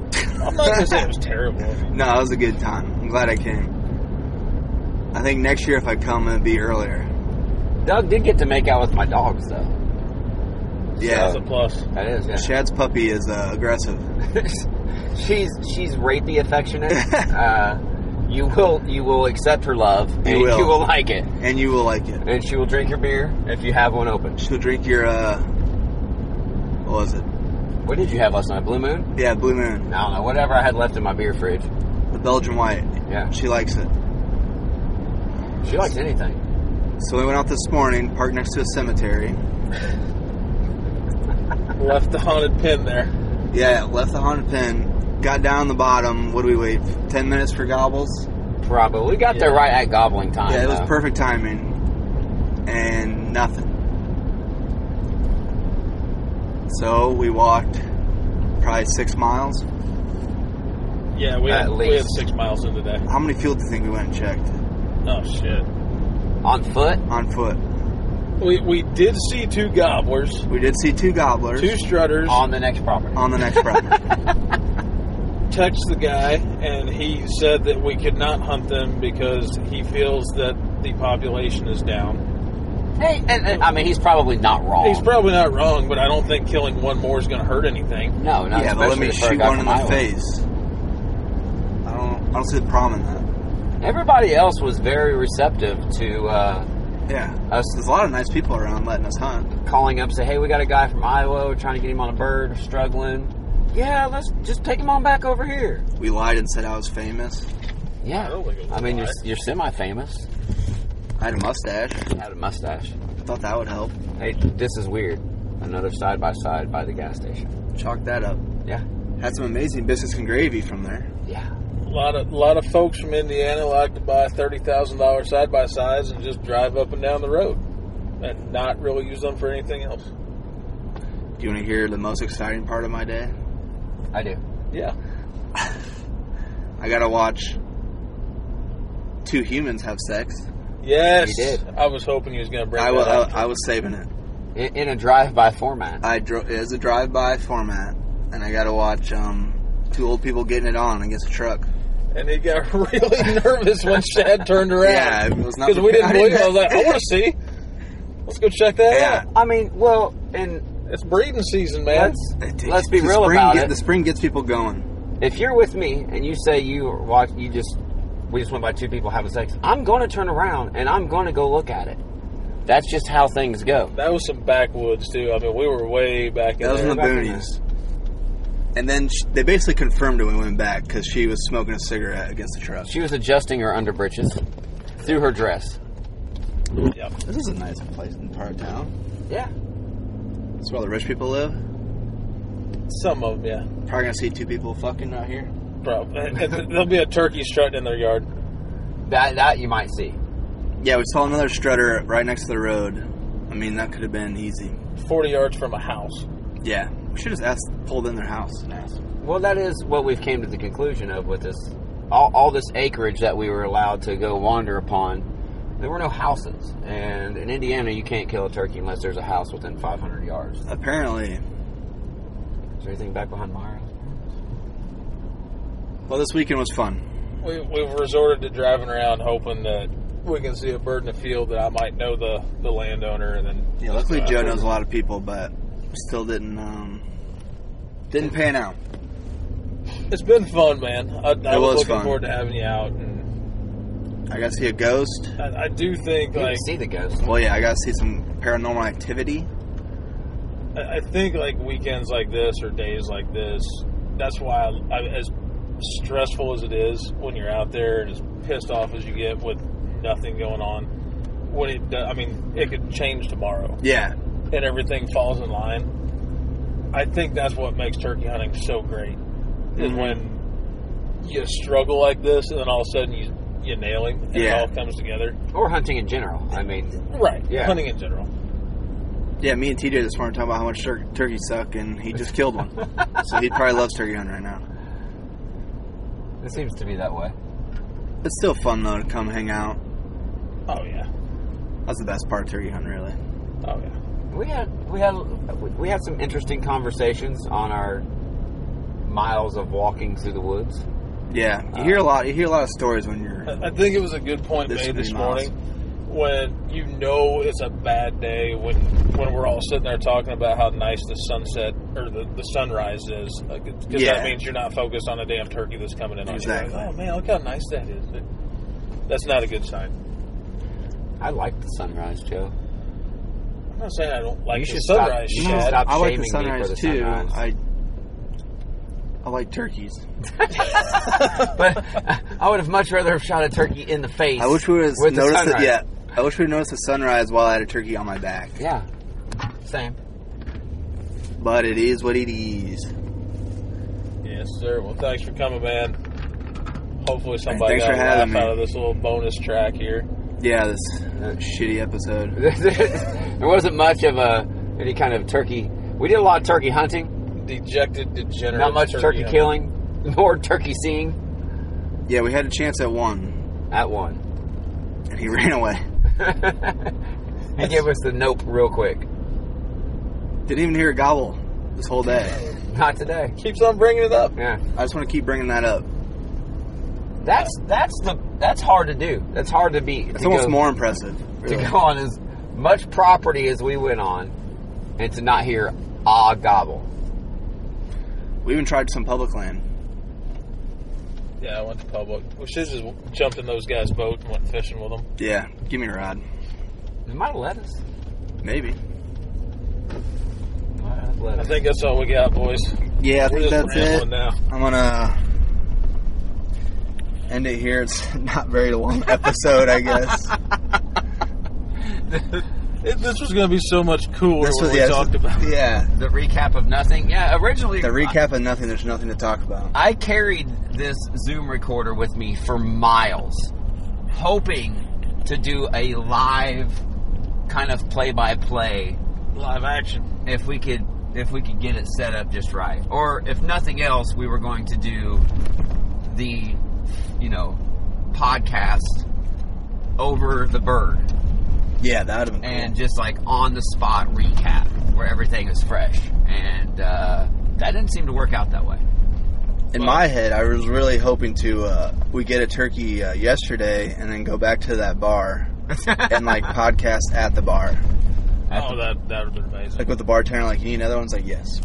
Speaker 4: I'm not gonna say it was terrible.
Speaker 6: No, it was a good time. I'm glad I came. I think next year if I come, it'll be earlier.
Speaker 5: Doug did get to make out with my dogs though.
Speaker 4: That's
Speaker 6: Yeah.
Speaker 4: a plus.
Speaker 5: That is, yeah.
Speaker 6: Shad's puppy is uh, aggressive.
Speaker 5: she's she's rapey affectionate. uh, you will you will accept her love and
Speaker 6: will.
Speaker 5: you will like it.
Speaker 6: And you will like it.
Speaker 5: And she will drink your beer if you have one open.
Speaker 6: She'll drink your, uh, what was it?
Speaker 5: What did you have last night? Blue Moon?
Speaker 6: Yeah, Blue Moon.
Speaker 5: I don't know. Whatever I had left in my beer fridge.
Speaker 6: The Belgian white.
Speaker 5: Yeah.
Speaker 6: She likes it.
Speaker 5: She likes anything.
Speaker 6: So we went out this morning, parked next to a cemetery.
Speaker 4: Left the haunted pin there.
Speaker 6: Yeah, left the haunted pen, got down the bottom. What do we wait? Ten minutes for gobbles.
Speaker 5: Probably. We got there right at gobbling time.
Speaker 6: yeah, it was
Speaker 5: though.
Speaker 6: perfect timing, and nothing. So we walked probably six miles.
Speaker 4: Yeah, we
Speaker 5: At
Speaker 4: had, we
Speaker 5: least.
Speaker 4: had six miles in today.
Speaker 6: How many fields do you think we went and checked
Speaker 4: Oh shit.
Speaker 5: On foot?
Speaker 6: on foot?
Speaker 4: We, we did see two gobblers,
Speaker 6: We did see two gobblers
Speaker 4: two strutters.
Speaker 5: On the next property.
Speaker 6: on the next property.
Speaker 4: Text the guy, and he said that we could not hunt them because he feels that the population is down.
Speaker 5: Hey, and, and, I mean, he's probably not wrong.
Speaker 4: He's probably not wrong, but I don't think killing one more is going to hurt anything.
Speaker 5: no, not
Speaker 6: yeah, but let me
Speaker 5: especially for a
Speaker 6: shoot
Speaker 5: guy
Speaker 6: one in
Speaker 5: from
Speaker 6: the
Speaker 5: Iowa.
Speaker 6: face. I don't. I don't see the problem in that.
Speaker 5: Everybody else was very receptive to uh,
Speaker 6: Yeah,
Speaker 5: us
Speaker 6: there's a lot of nice people around letting us hunt.
Speaker 5: calling up, say, "Hey, we got a guy from Iowa. We're trying to get him on a bird. We're struggling. Yeah, let's just take him on back over here."
Speaker 6: We lied and said I was famous.
Speaker 5: Yeah,
Speaker 4: don't think it was
Speaker 5: I mean, you're
Speaker 4: live.
Speaker 5: you're semi-famous.
Speaker 6: I had a mustache.
Speaker 5: I had a mustache.
Speaker 6: Thought that would help.
Speaker 5: Hey, this is weird. Another side by side by the gas station.
Speaker 6: Chalk that up.
Speaker 5: Yeah,
Speaker 6: Had some amazing biscuits and gravy from there.
Speaker 5: yeah.
Speaker 4: A lot of lot of folks from Indiana like to buy thirty thousand dollars side by sides and just drive up and down the road, and not really use them for anything else.
Speaker 6: Do you want to hear the most exciting part of my day?
Speaker 5: I do.
Speaker 4: Yeah,
Speaker 6: I gotta watch two humans have sex.
Speaker 4: yes,
Speaker 5: You did.
Speaker 4: I was hoping he was going to bring
Speaker 6: I
Speaker 4: that
Speaker 6: wa-
Speaker 4: up.
Speaker 6: I, I was saving it.
Speaker 5: In, in a drive-by format.
Speaker 6: I drove as a drive-by format, and I gotta watch um, two old people getting it on against a truck.
Speaker 4: and he got really nervous when Shad turned around.
Speaker 6: Yeah, it was not
Speaker 4: because we didn't
Speaker 6: I
Speaker 4: believe it. I was like, I want to see. Let's go check that
Speaker 6: Yeah.
Speaker 5: I mean, well, and
Speaker 4: out. It's breeding season, man.
Speaker 5: let's
Speaker 6: It- it-
Speaker 5: let's be
Speaker 6: the
Speaker 5: real
Speaker 6: spring
Speaker 5: about
Speaker 6: get-
Speaker 5: it.
Speaker 6: The spring gets people going.
Speaker 5: if you're with me and you say you are watch, you just we just went by two people having sex. I'm going to turn around and I'm going to go look at it. That's just how things go.
Speaker 4: That was some backwoods too. I mean, we were way back in
Speaker 6: That was in
Speaker 4: there.
Speaker 6: the
Speaker 5: back in
Speaker 6: boonies. And then sh they basically confirmed it when we went back because she was smoking a cigarette against the truck.
Speaker 5: She was adjusting her underbritches through her dress.
Speaker 4: Yep.
Speaker 6: This is a nice place in part of town.
Speaker 5: Yeah,
Speaker 6: It's where all the rich people live.
Speaker 4: Some of them, yeah.
Speaker 6: Probably gonna see two people fucking out here.
Speaker 4: Probably. And th- There'll be a turkey strutting in their yard.
Speaker 5: that that you might see.
Speaker 6: Yeah, we saw another strutter right next to the road. I mean, that could have been easy.
Speaker 4: 40 yards from a house.
Speaker 6: Yeah, we should have asked, pulled in their house and asked.
Speaker 5: Well, that is what we've came to the conclusion of with this all, all this acreage that we were allowed to go wander upon. There were no houses, and in Indiana, you can't kill a turkey unless there's a house within 500 yards. Is
Speaker 6: Apparently,
Speaker 5: there anything back behind Myra?
Speaker 6: well, this weekend was fun.
Speaker 4: We, we've resorted to driving around hoping that we can see a bird in the field that I might know the, the landowner and then.
Speaker 6: Yeah, luckily Joe knows a lot of people, but still didn't um, didn't pan out.
Speaker 4: It's been fun, man. I, I
Speaker 6: It was
Speaker 4: was looking
Speaker 6: fun.
Speaker 4: forward to having you out, and
Speaker 6: I got to see a ghost.
Speaker 4: I, I do think
Speaker 5: You
Speaker 4: like
Speaker 5: can see the ghost.
Speaker 6: Well, yeah, I got to see some paranormal activity.
Speaker 4: I I think like weekends like this or days like this. That's why, I, I, as stressful as it is when you're out there and as pissed off as you get with nothing going on, when it, do- I mean, it could change tomorrow
Speaker 6: Yeah,
Speaker 4: and everything falls in line. I think that's what makes turkey hunting so great is
Speaker 6: Mhm.
Speaker 4: when you struggle like this and then all of a sudden you you nail him and
Speaker 6: Yeah.
Speaker 4: it all comes together.
Speaker 5: Or hunting in general. I mean,
Speaker 4: Right.
Speaker 5: Yeah.
Speaker 4: Hunting in general.
Speaker 6: yeah. Me and TJ this morning talking about how much tur- turkeys suck, and he just killed one, so he probably loves turkey hunting right now.
Speaker 5: it seems to be that way.
Speaker 6: It's still fun though to come hang out.
Speaker 4: Oh yeah.
Speaker 6: That's the best part of turkey hunting, really.
Speaker 4: Oh yeah.
Speaker 5: We had we had we had some interesting conversations on our miles of walking through the woods.
Speaker 6: Yeah, you hear a lot. You hear a lot of stories when you're.
Speaker 4: I I think it was a good point
Speaker 6: This
Speaker 4: made
Speaker 6: would be
Speaker 4: this
Speaker 6: miles.
Speaker 4: morning when you know it's a bad day when when we're all sitting there talking about how nice the sunset or the, the sunrise is because
Speaker 6: Yeah.
Speaker 4: that means you're not focused on a damn turkey that's coming in on
Speaker 6: Exactly.
Speaker 4: you. Like, oh man, look how nice that is. That's not a good sign.
Speaker 5: I like the sunrise, Joe.
Speaker 4: I'm not saying I don't like
Speaker 5: You
Speaker 4: the
Speaker 5: should stop-
Speaker 4: sunrise,
Speaker 5: you should
Speaker 4: Shad.
Speaker 5: stop
Speaker 6: I like the
Speaker 5: shaming me for
Speaker 6: sunrise
Speaker 5: the
Speaker 6: too.
Speaker 5: sunrise.
Speaker 6: I I like turkeys.
Speaker 5: But I would have much rather have shot a turkey in the face.
Speaker 6: I wish we would have
Speaker 5: with the
Speaker 6: noticed it.
Speaker 5: sunrise.
Speaker 6: Yeah, I wish we noticed the sunrise while I had a turkey on my back.
Speaker 5: Yeah. Same.
Speaker 6: But it is what it is.
Speaker 4: Yes, sir. Well, thanks for coming, man. Hopefully, somebody
Speaker 6: thanks
Speaker 4: got
Speaker 6: for
Speaker 4: a
Speaker 6: having
Speaker 4: laugh
Speaker 6: me.
Speaker 4: out of this little bonus track here.
Speaker 6: Yeah, this shitty episode.
Speaker 5: there wasn't much of a any kind of turkey. We did a lot of turkey hunting,
Speaker 4: Dejected, degenerate.
Speaker 5: not much turkey,
Speaker 4: hunter.
Speaker 5: killing, nor turkey seeing.
Speaker 6: Yeah, we had a chance at one,
Speaker 5: At one,
Speaker 6: and he ran away.
Speaker 5: he gave us the nope real quick.
Speaker 6: Didn't even hear a gobble this whole day.
Speaker 5: Not today.
Speaker 4: Keeps on bringing it up.
Speaker 5: Yeah.
Speaker 6: I just want to keep bringing that up.
Speaker 5: That's that's the that's hard to do. That's hard to be.
Speaker 6: It's
Speaker 5: to
Speaker 6: almost
Speaker 5: go,
Speaker 6: more impressive.
Speaker 5: to
Speaker 6: really.
Speaker 5: go on as much property as we went on, and to not hear ah gobble.
Speaker 6: We even tried some public land.
Speaker 4: Yeah, I went to public. We should have just jumped in those guys' boat and went fishing with them.
Speaker 6: Yeah, give me a rod.
Speaker 5: It might have let us.
Speaker 6: Maybe.
Speaker 5: Might have let
Speaker 4: I
Speaker 5: us.
Speaker 4: think that's all we got, boys. We're
Speaker 6: Yeah, I think
Speaker 4: just
Speaker 6: that's it.
Speaker 4: rambling now.
Speaker 6: I'm gonna end it here. It's not very long episode, I guess.
Speaker 4: It, this was going to be so much cooler when we
Speaker 6: yeah, this
Speaker 4: talked
Speaker 6: was-
Speaker 4: about.
Speaker 6: yeah.
Speaker 5: The recap of nothing. Yeah, originally
Speaker 6: The recap of nothing. There's nothing to talk about.
Speaker 5: I carried this Zoom recorder with me for miles, hoping to do a live kind of play-by-play
Speaker 4: live action.
Speaker 5: if we could if we could get it set up just right. Or if nothing else, we were going to do the you know podcast over the bird
Speaker 6: Yeah, that would have been.
Speaker 5: and just like on the spot recap where everything is fresh. And uh, that didn't seem to work out that way.
Speaker 6: cool. In my head, I was really hoping to uh, we get a turkey uh, yesterday and then go back to that bar and like podcast at the bar,
Speaker 4: Oh, that that would have been amazing.
Speaker 6: like with the bartender, like you need another one's like yes.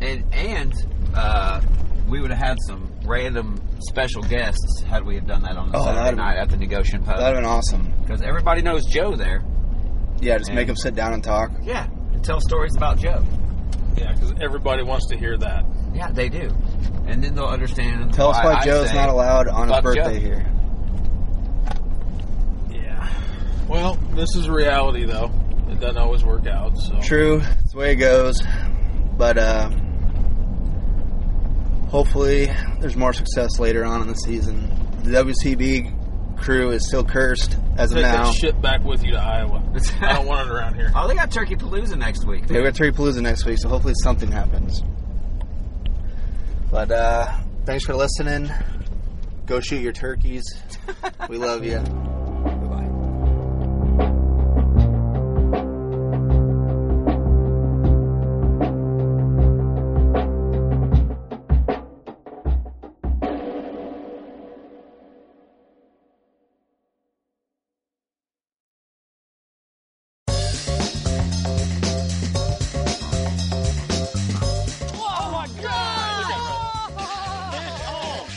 Speaker 5: and and uh, we would have had some random special guests had we have done that on the
Speaker 6: Oh,
Speaker 5: Saturday
Speaker 6: that'd-
Speaker 5: night at the Negotiation
Speaker 6: That would have
Speaker 5: Pub
Speaker 6: been awesome.
Speaker 5: because everybody knows Joe there.
Speaker 6: Yeah, just
Speaker 5: Yeah.
Speaker 6: make them sit down and talk.
Speaker 5: Yeah, and tell stories about Joe.
Speaker 4: Yeah, because everybody wants to hear that.
Speaker 5: Yeah, they do, and then they'll understand.
Speaker 6: Tell us why
Speaker 5: I
Speaker 6: Joe's
Speaker 5: say-
Speaker 6: not allowed on his
Speaker 5: fuck Joe.
Speaker 6: birthday here.
Speaker 4: Yeah. Well, this is reality, though. It doesn't always work out. So
Speaker 6: True, it's the way it goes. But uh, hopefully, there's more success later on in the season. The WCB crew is still cursed as of
Speaker 4: Take
Speaker 6: now.
Speaker 4: that shit back with you to Iowa. I don't want it around here.
Speaker 2: Oh, they got Turkey Palooza next week.
Speaker 6: Yeah, we got Terry Palooza next week, so hopefully something happens. But uh, thanks for listening. Go shoot your turkeys. we love you.
Speaker 2: Bye-bye.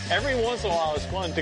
Speaker 4: Every once in a while, it's fun to